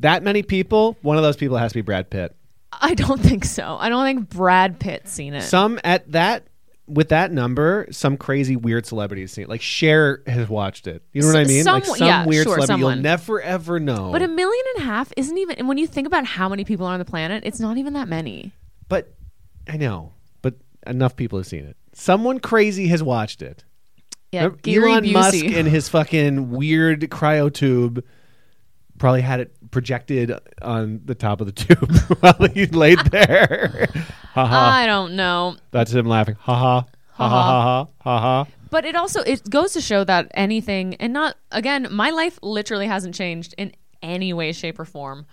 Speaker 2: That many people? One of those people has to be Brad Pitt.
Speaker 3: I don't think so. I don't think Brad Pitt's seen it.
Speaker 2: Some at that with that number, some crazy weird celebrity has seen it. Like Cher has watched it. You know what I
Speaker 3: S-
Speaker 2: mean? like
Speaker 3: some-
Speaker 2: some
Speaker 3: yeah,
Speaker 2: weird
Speaker 3: sure,
Speaker 2: celebrity
Speaker 3: someone.
Speaker 2: you'll never ever know.
Speaker 3: but a million and a half isn't even. And when you think about how many people are on the planet, it's not even that many.
Speaker 2: But I know, but enough people have seen it. Someone crazy has watched it.
Speaker 3: Yeah,
Speaker 2: Remember
Speaker 3: Gary
Speaker 2: Elon
Speaker 3: Busey.
Speaker 2: Musk and his fucking weird cryo tube probably had it projected on the top of the tube while he laid there. ha ha.
Speaker 3: I don't know.
Speaker 2: That's him laughing. Ha ha. Ha ha ha ha ha. ha.
Speaker 3: But it also it goes to show that anything and not again, my life literally hasn't changed in any way, shape, or form.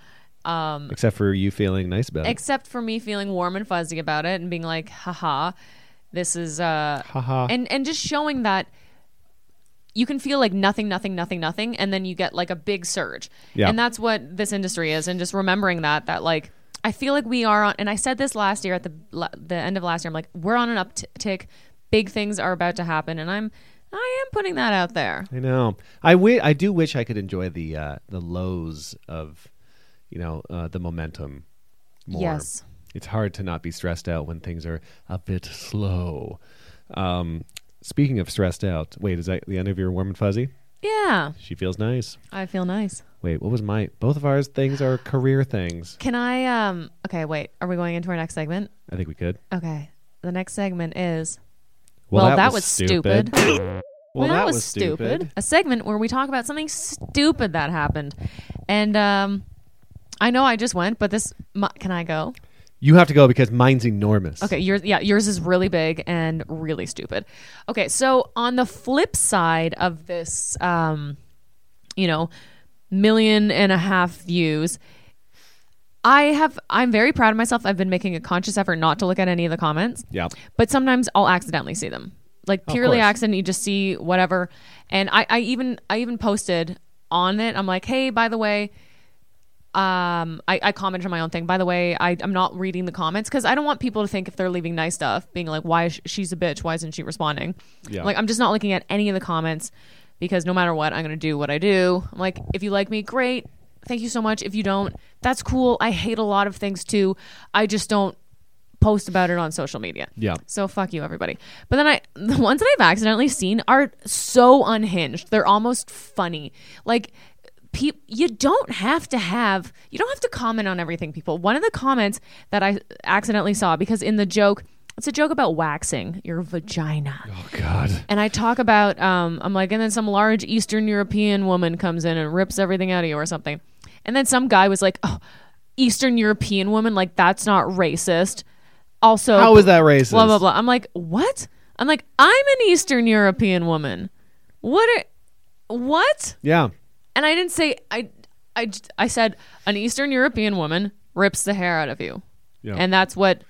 Speaker 3: Um,
Speaker 2: Except for you feeling nice about it.
Speaker 3: except for me feeling warm and fuzzy about it and being like, haha, this is uh
Speaker 2: Haha.
Speaker 3: and and just showing that you can feel like nothing, nothing, nothing, nothing, and then you get like a big surge.
Speaker 2: Yeah.
Speaker 3: And that's what this industry is. And just remembering that, that like, I feel like we are on, and I said this last year at the la- the end of last year. I'm like, we're on an uptick. Big things are about to happen, and I'm I am putting that out there.
Speaker 2: I know. I wi- I do wish I could enjoy the uh, the lows of, you know, uh, the momentum. More.
Speaker 3: Yes.
Speaker 2: It's hard to not be stressed out when things are a bit slow. Um, speaking of stressed out, wait, is that the end of your warm and fuzzy?
Speaker 3: Yeah,
Speaker 2: She feels nice.
Speaker 3: I feel nice.
Speaker 2: Wait, what was my? Both of ours things are career things.
Speaker 3: Can I? Um. Okay. Wait. Are we going into our next segment?
Speaker 2: I think we could.
Speaker 3: Okay. The next segment is
Speaker 2: Well,
Speaker 3: Well,
Speaker 2: that,
Speaker 3: that
Speaker 2: was
Speaker 3: was
Speaker 2: stupid. Well, that, was stupid.
Speaker 3: A segment where we talk about something stupid that happened, and um, I know I just went, but this my, can I go?
Speaker 2: You have to go because mine's enormous.
Speaker 3: Okay, yours yeah, yours is really big and really stupid. Okay, so on the flip side of this, um, you know, million and a half views. I have. I'm very proud of myself. I've been making a conscious effort not to look at any of the comments.
Speaker 2: Yeah.
Speaker 3: But sometimes I'll accidentally see them, like purely
Speaker 2: course.
Speaker 3: accident. You just see whatever, and I, I even I even posted on it. I'm like, hey, by the way, um, I, I commented on my own thing. By the way, I I'm not reading the comments because I don't want people to think if they're leaving nice stuff, being like, why is sh- she's a bitch? Why isn't she responding?
Speaker 2: Yeah.
Speaker 3: Like I'm just not looking at any of the comments because no matter what, I'm gonna do what I do. I'm like, if you like me, great. Thank you so much. If you don't, that's cool. I hate a lot of things too. I just don't post about it on social media.
Speaker 2: Yeah.
Speaker 3: So fuck you, everybody. But then I, the ones that I've accidentally seen are so unhinged. They're almost funny. Like, peop, you don't have to have, you don't have to comment on everything, people. One of the comments that I accidentally saw, because in the joke, it's a joke about waxing your vagina.
Speaker 2: Oh God.
Speaker 3: And I talk about, um, I'm like, and then some large Eastern European woman comes in and rips everything out of you or something. And then some guy was like, oh, Eastern European woman, like, that's not racist. Also,
Speaker 2: How is that racist?
Speaker 3: Blah, blah, blah. I'm like, what? I'm like, I'm an Eastern European woman. What are, what?
Speaker 2: Yeah.
Speaker 3: And I didn't say, I, I, j- I said, an Eastern European woman rips the hair out of you.
Speaker 2: Yeah.
Speaker 3: And that's what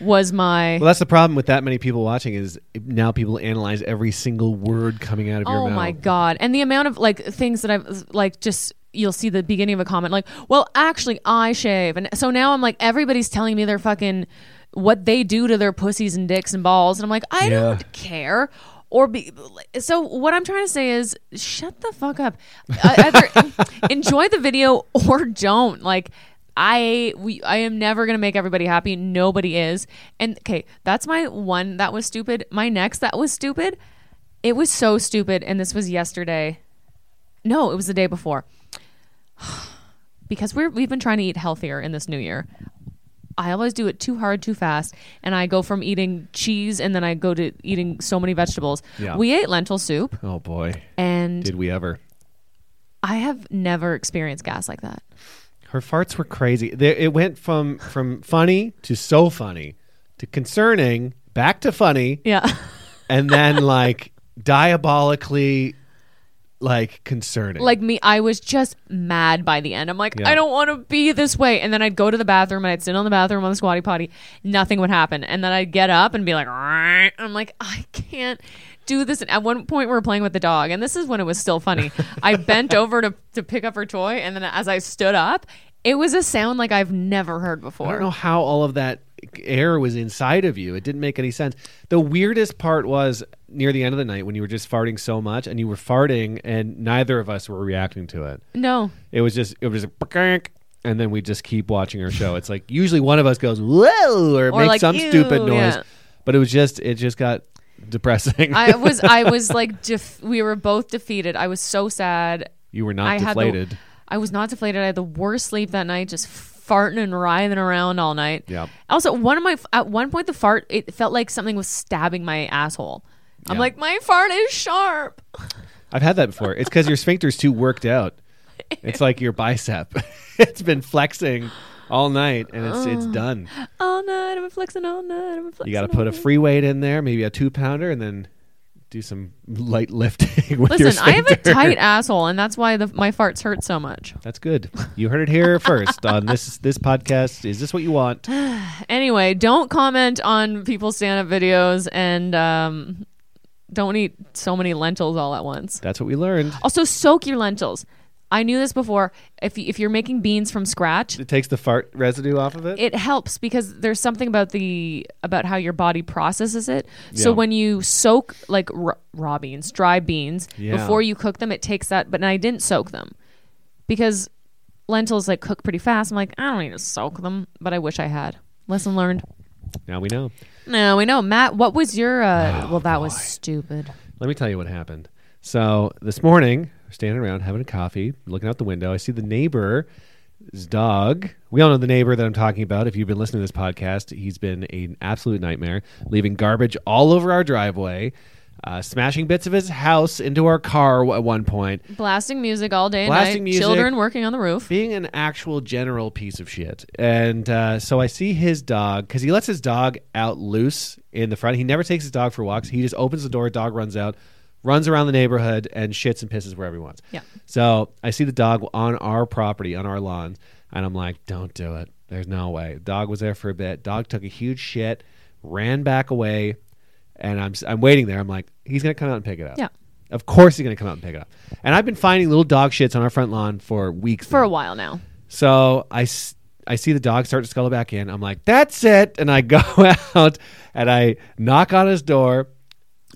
Speaker 3: was my.
Speaker 2: Well, that's the problem with that many people watching is now people analyze every single word coming out of your
Speaker 3: oh
Speaker 2: mouth.
Speaker 3: my god and the amount of like things that i've like just you'll see the beginning of a comment like well actually i shave and so now i'm like everybody's telling me they're fucking what they do to their pussies and dicks and balls and i'm like i
Speaker 2: Yeah.
Speaker 3: don't care or be so what i'm trying to say is Uh, shut the fuck up I- either enjoy the video or don't like I we I am never gonna make everybody happy. Nobody is. And okay, that's my one that was stupid. My next that was stupid. It was so stupid, and this was yesterday. No, it was the day before. because we're we've been trying to eat healthier in this new year. I always do it too hard, too fast, and I go from eating cheese and then I go to eating so many vegetables.
Speaker 2: Yeah.
Speaker 3: We ate lentil soup,
Speaker 2: Oh boy,
Speaker 3: and
Speaker 2: did we ever?
Speaker 3: I have never experienced gas like that.
Speaker 2: Her farts were crazy. They, it went from from funny to so funny to concerning, back to funny,
Speaker 3: Yeah.
Speaker 2: and then like diabolically, like concerning.
Speaker 3: like me, I was just mad by the end. I'm like,
Speaker 2: Yeah.
Speaker 3: I don't want to be this way. And then I'd go to the bathroom and I'd sit on the bathroom on the squatty potty. Nothing would happen. And then I'd get up and be like, "Rrrr." I'm like, I can't do this. And at one point, we were playing with the dog, and this is when it was still funny. I bent over to to pick up her toy, and then as I stood up, it was a sound like I've never heard
Speaker 2: I
Speaker 3: before.
Speaker 2: don't know how all of that air was inside of you. It didn't make any sense. The weirdest part was near the end of the night when you were just farting so much and you were farting and neither of us were reacting to it.
Speaker 3: No.
Speaker 2: It was just it was a and then we just keep watching our show. It's like usually one of us goes whoa or,
Speaker 3: Or
Speaker 2: makes
Speaker 3: like,
Speaker 2: some
Speaker 3: "Ew,"
Speaker 2: stupid noise,
Speaker 3: yeah.
Speaker 2: but it was just it just got depressing.
Speaker 3: I was I was like def- we were both defeated. I was so sad.
Speaker 2: you were not
Speaker 3: I had the-
Speaker 2: deflated.
Speaker 3: I was not deflated. I had the worst sleep that night, just farting and writhing around all night.
Speaker 2: Yeah.
Speaker 3: Also, one of my at one point the fart it felt like something was stabbing my asshole. I'm
Speaker 2: Yeah.
Speaker 3: like, my fart is sharp.
Speaker 2: I've had that before. It's because your sphincter's too worked out. It's like your bicep. it's been flexing all night and it's it's
Speaker 3: Oh.
Speaker 2: done.
Speaker 3: All night I'm flexing. All night I'm flexing.
Speaker 2: You got to
Speaker 3: all
Speaker 2: put a
Speaker 3: night.
Speaker 2: free weight in there, maybe a two pounder, and then do some light lifting with your
Speaker 3: Listen, I have a
Speaker 2: sphincter.
Speaker 3: tight asshole, and that's why the, my farts hurt so much.
Speaker 2: That's good. You heard it here first on this this podcast. Is this what you want?
Speaker 3: Anyway, don't comment on people's stand-up videos, and um, don't eat so many lentils all at once.
Speaker 2: That's what we learned.
Speaker 3: Also, soak your lentils. I knew this before. If y- if you're making beans from scratch,
Speaker 2: It takes the fart residue off of it.
Speaker 3: it helps because there's something about the about how your body processes it. So
Speaker 2: Yeah.
Speaker 3: when you soak like r- raw beans, dry beans
Speaker 2: Yeah.
Speaker 3: before you cook them, it takes that. But I didn't soak them because lentils like cook pretty fast. I'm like, I don't need to soak them, but I wish I had. Lesson learned.
Speaker 2: now we know.
Speaker 3: No, we know, Matt. What was your? Uh,
Speaker 2: Oh,
Speaker 3: well, that was stupid.
Speaker 2: Let me tell you what happened. So this morning, we're standing around having a coffee, looking out the window. I see the neighbor's dog. We all know the neighbor that I'm talking about. If you've been listening to this podcast, he's been an absolute nightmare, leaving garbage all over our driveway, uh, smashing bits of his house into our car at one point,
Speaker 3: Blasting music all day and
Speaker 2: Blasting
Speaker 3: night.
Speaker 2: music.
Speaker 3: Children working on the roof.
Speaker 2: being an actual general piece of shit. And uh, so I see his dog because he lets his dog out loose in the front. He never takes his dog for walks. He just opens the door, dog runs out, runs around the neighborhood, and shits and pisses wherever he wants.
Speaker 3: Yeah.
Speaker 2: So I see the dog on our property, on our lawn, and I'm like, don't do it. There's no way. Dog was there for a bit. Dog took a huge shit, ran back away, and I'm, s- I'm waiting there. I'm like, he's going to come out and pick it up.
Speaker 3: Yeah.
Speaker 2: Of course he's going to come out and pick it up. And I've been finding little dog shits on our front lawn for weeks.
Speaker 3: For
Speaker 2: now.
Speaker 3: a while now.
Speaker 2: So I, s- I see the dog start to scuttle back in. I'm like, that's it. And I go out and I knock on his door.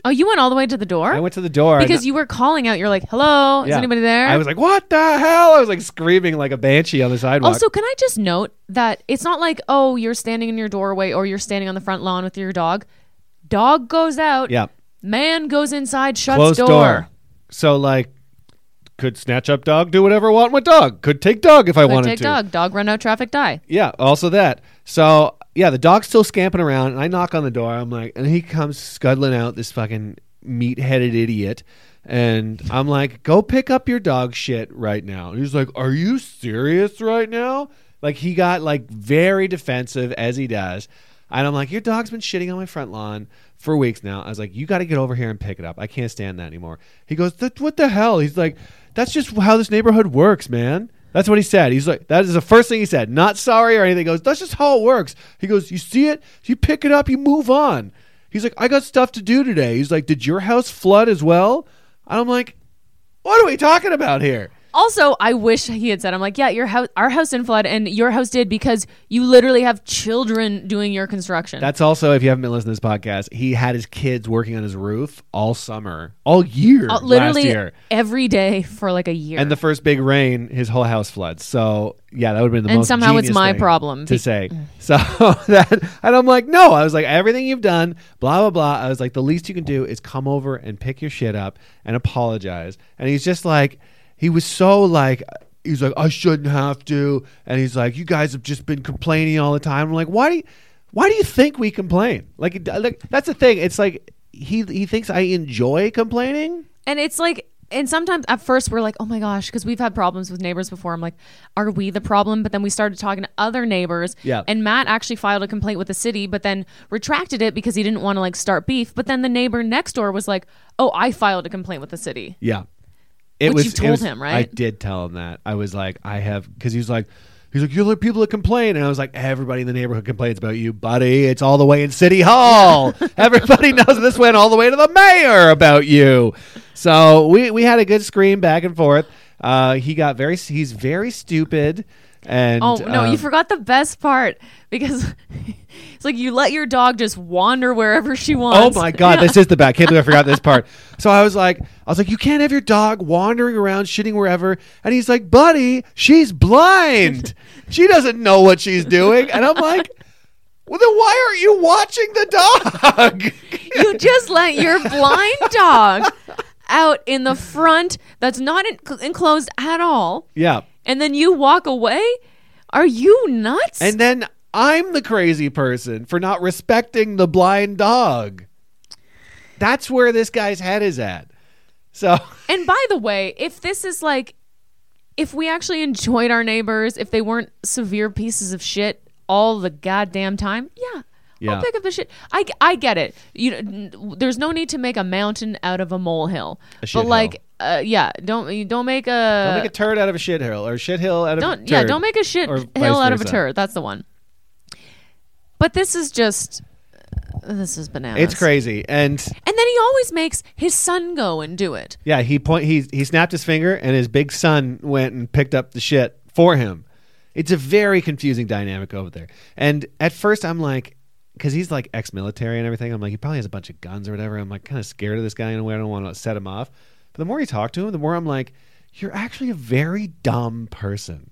Speaker 3: Oh, you went all the way to the door?
Speaker 2: I went to the door. I
Speaker 3: because you were calling out. You're like, hello, is
Speaker 2: Yeah.
Speaker 3: anybody there?
Speaker 2: I was like, what the hell? I was like screaming like a banshee on the sidewalk.
Speaker 3: also, can I just note that it's not like, oh, you're standing in your doorway or you're standing on the front lawn with your dog. Dog goes out.
Speaker 2: yeah,
Speaker 3: Man goes inside, shuts
Speaker 2: closed
Speaker 3: door.
Speaker 2: door. So like, could snatch up dog, do whatever I want with dog. Could take dog if I
Speaker 3: Could
Speaker 2: wanted
Speaker 3: take
Speaker 2: to.
Speaker 3: dog. Dog run out, traffic die.
Speaker 2: Yeah, also that. So yeah, the dog's still scamping around, and I knock on the door. I'm like, and he comes scuttling out, this fucking meat-headed idiot. And I'm like, go pick up your dog shit right now. And he's like, are you serious right now? Like he got like very defensive as he does. And I'm like, your dog's been shitting on my front lawn for weeks now. I was like, you got to get over here and pick it up. I can't stand that anymore. He goes, that, what the hell? He's like, that's just how this neighborhood works, man. That's what he said. He's like, that is the first thing he said. Not sorry or anything. He goes, that's just how it works. He goes, you see it, you pick it up, you move on. He's like, I got stuff to do today. He's like, did your house flood as well? And I'm like, what are we talking about here?
Speaker 3: Also, I wish he had said, "I'm like, yeah, your house, our house didn't flood, and your house did because you literally have children doing your construction."
Speaker 2: That's also if you haven't been listening to this podcast, he had his kids working on his roof all summer, all year,
Speaker 3: Uh,
Speaker 2: last
Speaker 3: literally
Speaker 2: year.
Speaker 3: every day for like a year.
Speaker 2: And the first big rain, his whole house floods. So yeah, that would have been the
Speaker 3: And
Speaker 2: most.
Speaker 3: somehow it's
Speaker 2: genius
Speaker 3: my
Speaker 2: thing
Speaker 3: problem. Mm.
Speaker 2: to
Speaker 3: Be-
Speaker 2: say. So that, and I'm like, no. I was like, everything you've done, blah blah blah. I was like, the least you can do is come over and pick your shit up and apologize. And he's just like, he was so like. He's like, I shouldn't have to, and he's like, you guys have just been complaining all the time. I'm like, why do you, why do you think we complain? Like, it- like that's the thing. It's like he he thinks I enjoy complaining.
Speaker 3: And it's like, and sometimes at first we're like, oh my gosh, because we've had problems with neighbors before. I'm like, are we the problem? But then we started talking to other neighbors.
Speaker 2: Yeah.
Speaker 3: And Matt actually filed a complaint with the city, but then retracted it because he didn't want to like start beef. But then the neighbor next door was like, oh, I filed a complaint with the city.
Speaker 2: Yeah. It
Speaker 3: Which you
Speaker 2: it
Speaker 3: told him, right?
Speaker 2: I did tell him that. I was like, I have, because he was like, he's like, you're the people that complain. And I was like, everybody in the neighborhood complains about you, buddy. It's all the way in City Hall. everybody knows this went all the way to the mayor about you. So we, we had a good scream back and forth. Uh, he got very, he's very stupid. And
Speaker 3: Oh no,
Speaker 2: um,
Speaker 3: you forgot the best part because it's like you let your dog just wander wherever she
Speaker 2: Oh
Speaker 3: wants.
Speaker 2: my god, this is the back. Can't believe I forgot this part. So I was like, I was like, you can't have your dog wandering around shitting wherever. And he's like, buddy, she's blind. She doesn't know what she's doing. And I'm like, well, then why aren't you watching the dog?
Speaker 3: you just let your blind dog out in the front that's not en- enclosed at all
Speaker 2: yeah.
Speaker 3: and then you walk away are you nuts
Speaker 2: And then I'm the crazy person for not respecting the blind dog. That's where this guy's head is at. So
Speaker 3: and by the way if this is like if we actually enjoyed our neighbors if they weren't severe pieces of shit all the goddamn time yeah
Speaker 2: Yeah.
Speaker 3: I'll pick up the shit. I, I get it. You know, there's no need to make a mountain out of a molehill.
Speaker 2: shithill.
Speaker 3: But like, uh, yeah, don't you don't make
Speaker 2: don't
Speaker 3: a
Speaker 2: make a turd out of a shit hill or shit hill out of a
Speaker 3: Uh, don't
Speaker 2: turd.
Speaker 3: yeah don't make a shit
Speaker 2: Or
Speaker 3: hill
Speaker 2: vice
Speaker 3: out of a
Speaker 2: versa.
Speaker 3: turd that's the one but this is just this is bananas
Speaker 2: It's crazy. And
Speaker 3: and then he always makes his son go and do it
Speaker 2: Yeah, he point he he snapped his finger and his big son went and picked up the shit for him. It's a very confusing dynamic over there. And at first I'm like cuz he's like ex-military and everything. I'm like he probably has a bunch of guns or whatever. I'm like kind of scared of this guy in a way I don't want to set him off. But the more you talk to him, the more I'm like you're actually a very dumb person.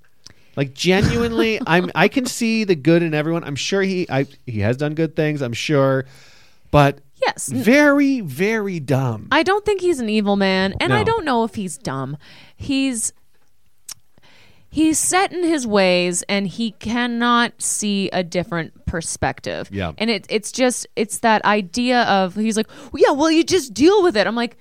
Speaker 2: Like genuinely, I'm I can see the good in everyone. I'm sure he I he has done good things, I'm sure. But
Speaker 3: yes n-
Speaker 2: very very dumb.
Speaker 3: Mm. i don't think he's an evil man and
Speaker 2: No.
Speaker 3: i don't know if he's dumb he's he's set in his ways and he cannot see a different perspective
Speaker 2: Yeah.
Speaker 3: and it, it's just it's that idea of he's like well, yeah well you just deal with it i'm like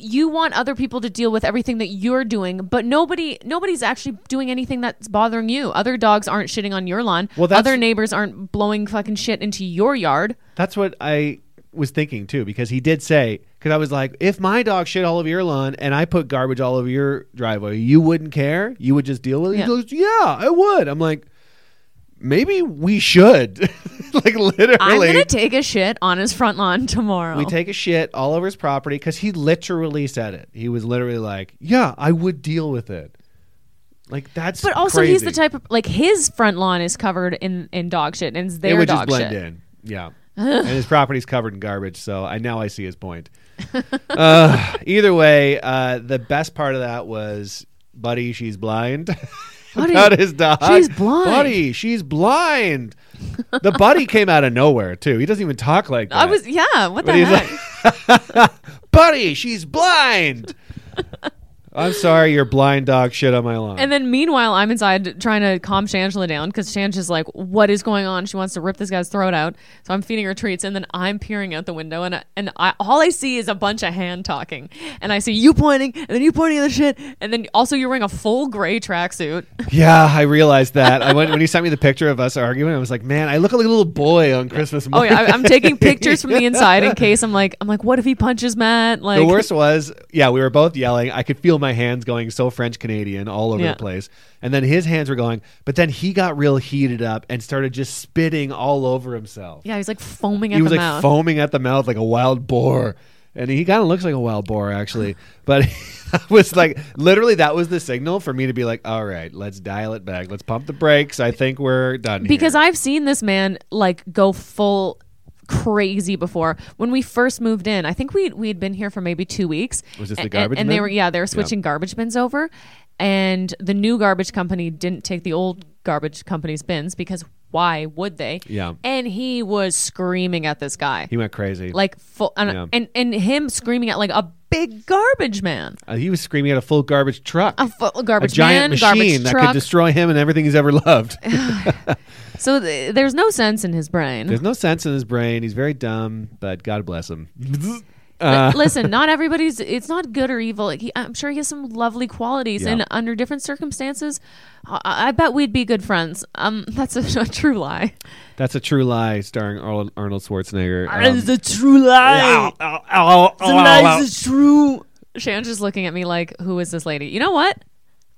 Speaker 3: you want other people to deal with everything that you're doing, but nobody nobody's actually doing anything that's bothering you. Other dogs aren't shitting on your lawn.
Speaker 2: Well, that's-
Speaker 3: other neighbors aren't blowing fucking shit into your yard.
Speaker 2: That's what I was thinking too, because he did say, because I was like, if my dog shit all over your lawn and I put garbage all over your driveway, you wouldn't care? You would just deal with it?
Speaker 3: Yeah.
Speaker 2: He goes, yeah, I would. I'm like, maybe we should. like, literally.
Speaker 3: I'm gonna take a shit on his front lawn tomorrow.
Speaker 2: we take a shit all over his property because he literally said it. He was literally like, yeah, I would deal with it. Like, that's
Speaker 3: but also he's the
Speaker 2: crazy.
Speaker 3: type of like his front lawn is covered in in dog shit and it's
Speaker 2: it
Speaker 3: their
Speaker 2: would just
Speaker 3: dog
Speaker 2: blend
Speaker 3: shit.
Speaker 2: in. Yeah. and his property's covered in garbage, so I now I see his point. uh, either way, uh, the best part of that was Buddy, she's blind.
Speaker 3: Buddy,
Speaker 2: About his dog.
Speaker 3: she's blind.
Speaker 2: Buddy, she's blind. The buddy came out of nowhere too. He doesn't even talk like that.
Speaker 3: I was yeah, what
Speaker 2: But
Speaker 3: the
Speaker 2: he's
Speaker 3: heck?
Speaker 2: buddy, she's blind. I'm sorry, your blind dog shit on my lawn.
Speaker 3: And then meanwhile, I'm inside trying to calm Shangela down because Shangela's like, "What is going on?" She wants to rip this guy's throat out. So I'm feeding her treats, and then I'm peering out the window, and I, and I, all I see is a bunch of hand talking, and I see you pointing, and then you pointing at the shit, and then also you're wearing a full gray tracksuit.
Speaker 2: yeah, I realized that. I went when you sent me the picture of us arguing. I was like, man, I look like a little boy on Christmas
Speaker 3: Oh
Speaker 2: morning.
Speaker 3: yeah, I, I'm taking pictures from the inside in case I'm like, I'm like, what if he punches Matt? Like,
Speaker 2: the worst was, yeah, we were both yelling. I could feel my hands going so French Canadian all over
Speaker 3: Yeah.
Speaker 2: the place. And then his hands were going, but then he got real heated up and started just spitting all over himself.
Speaker 3: yeah, he's like foaming at
Speaker 2: he was
Speaker 3: the
Speaker 2: like
Speaker 3: mouth.
Speaker 2: foaming at the mouth like a wild boar. and he kind of looks like a wild boar actually. But I was like, literally, that was the signal for me to be like, all right, let's dial it back, let's pump the brakes. I think we're done.
Speaker 3: because
Speaker 2: here.
Speaker 3: I've seen this man like go full crazy before when we first moved in i think we we had been here for maybe two weeks
Speaker 2: Was this the
Speaker 3: and,
Speaker 2: garbage
Speaker 3: and they
Speaker 2: bin?
Speaker 3: were yeah they were switching garbage bins over and the new garbage company didn't take the old garbage company's bins because why would they
Speaker 2: Yeah.
Speaker 3: and he was screaming at this guy
Speaker 2: he went crazy.
Speaker 3: like full and,
Speaker 2: Yeah.
Speaker 3: and and him screaming at like a big garbage man
Speaker 2: Uh, he was screaming at a full garbage truck,
Speaker 3: a full garbage
Speaker 2: giant
Speaker 3: man
Speaker 2: machine
Speaker 3: garbage
Speaker 2: that could
Speaker 3: truck
Speaker 2: destroy him and everything he's ever loved.
Speaker 3: so th- there's no sense in his brain
Speaker 2: There's no sense in his brain. He's very dumb, but God bless him.
Speaker 3: But
Speaker 2: Uh,
Speaker 3: listen, not everybody's. It's not good or evil. Like, he, I'm sure he has some lovely qualities,
Speaker 2: Yeah.
Speaker 3: and under different circumstances, I, I bet we'd be good friends. Um, that's a, a true lie.
Speaker 2: That's a true lie, starring Arl- Arnold Schwarzenegger. Um,
Speaker 3: a true lie.
Speaker 2: Ow, ow, ow.
Speaker 3: true. Shan's just looking at me like, "Who is this lady?" You know what?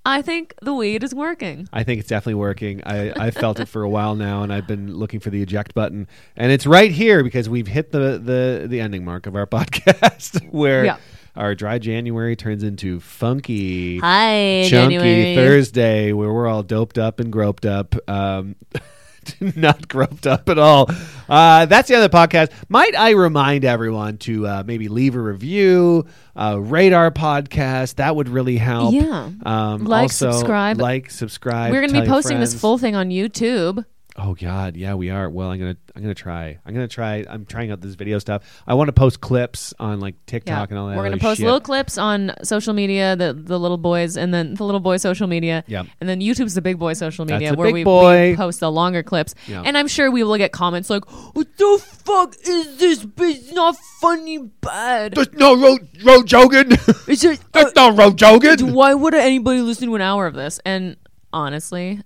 Speaker 3: I think the weed is working.
Speaker 2: I think it's definitely working. I, I felt it for a while now, and I've been looking for the eject button, and it's right here because we've hit the the, the ending mark of our podcast, where
Speaker 3: Yeah.
Speaker 2: our dry January turns into funky,
Speaker 3: Hi,
Speaker 2: chunky
Speaker 3: January.
Speaker 2: Thursday, where we're all doped up and groped up. Um, not groped up at all. Uh, that's the other podcast. Might I remind everyone to uh, maybe leave a review, uh, rate our podcast. That would really help.
Speaker 3: Yeah.
Speaker 2: Um,
Speaker 3: Like,
Speaker 2: also,
Speaker 3: subscribe.
Speaker 2: Like, subscribe.
Speaker 3: We're gonna
Speaker 2: tell
Speaker 3: be
Speaker 2: your
Speaker 3: posting this
Speaker 2: friends.
Speaker 3: full thing on YouTube.
Speaker 2: Oh God, yeah, we are. Well, I'm gonna, I'm gonna try. I'm gonna try. I'm trying out this video stuff. I want to post clips on like TikTok and all that.
Speaker 3: We're gonna
Speaker 2: other
Speaker 3: post
Speaker 2: shit.
Speaker 3: little clips on social media, the the little boys, and then the little boy social media.
Speaker 2: Yep.
Speaker 3: And then YouTube's the big boy social
Speaker 2: That's
Speaker 3: media
Speaker 2: the
Speaker 3: where
Speaker 2: big
Speaker 3: we,
Speaker 2: boy.
Speaker 3: we post the longer clips.
Speaker 2: Yeah.
Speaker 3: And I'm sure we will get comments like, "What the fuck is this? It's not funny, bad.
Speaker 2: There's no road, road jogging.
Speaker 3: Is it?
Speaker 2: There's no road jogging.
Speaker 3: why would anybody listen to an hour of this?" And honestly,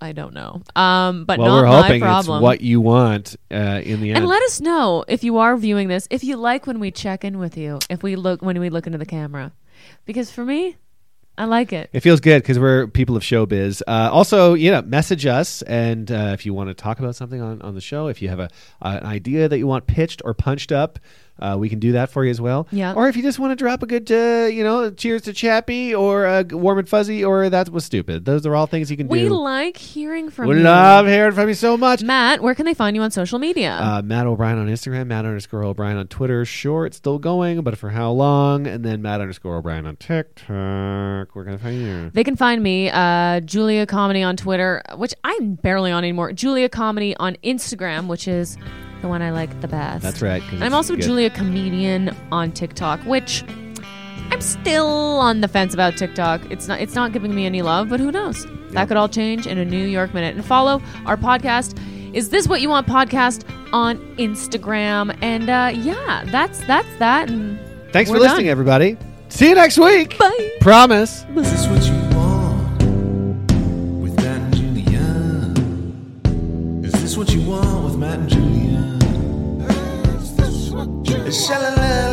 Speaker 3: I don't know. Um, but
Speaker 2: Well,
Speaker 3: not
Speaker 2: we're
Speaker 3: my
Speaker 2: hoping it's
Speaker 3: problem.
Speaker 2: what you want uh, in the end.
Speaker 3: and let us know if you are viewing this, if you like when we check in with you, if we look when we look into the camera, because for me, I like it.
Speaker 2: It feels good because we're people of showbiz. Uh, also, you know, message us, and uh, if you want to talk about something on, on the show, if you have a uh, an idea that you want pitched or punched up, uh, we can do that for you as well.
Speaker 3: Yeah.
Speaker 2: Or if you just want to drop a good, uh, you know, cheers to Chappie or uh, warm and fuzzy or that was stupid. Those are all things you can
Speaker 3: We
Speaker 2: do.
Speaker 3: like hearing from
Speaker 2: we
Speaker 3: you.
Speaker 2: love hearing from you so much.
Speaker 3: Matt, where can they find you on social media?
Speaker 2: Uh, Matt O'Brien on Instagram, Matt underscore O'Brien on Twitter. Sure, it's still going, but for how long? And then Matt underscore O'Brien on TikTok. We're gonna find you.
Speaker 3: they can find me, uh, Julia Comedy on Twitter, which I'm barely on anymore. Julia Comedy on Instagram, which is the one I like the best.
Speaker 2: That's right. 'cause
Speaker 3: And
Speaker 2: it's
Speaker 3: I'm also
Speaker 2: good.
Speaker 3: Julia Comedian on TikTok, which I'm still on the fence about TikTok. It's not it's not giving me any love, but who knows? That could all change in a New York minute. And follow our podcast. Is this what you want podcast on Instagram? And uh, yeah, that's that's that. And
Speaker 2: Thanks for
Speaker 3: We're done.
Speaker 2: listening, everybody. See you next week.
Speaker 3: bye.
Speaker 2: Promise.
Speaker 1: Is this what you want with Matt and Julia? Is this what you want with Matt and Julia? Is this what you want?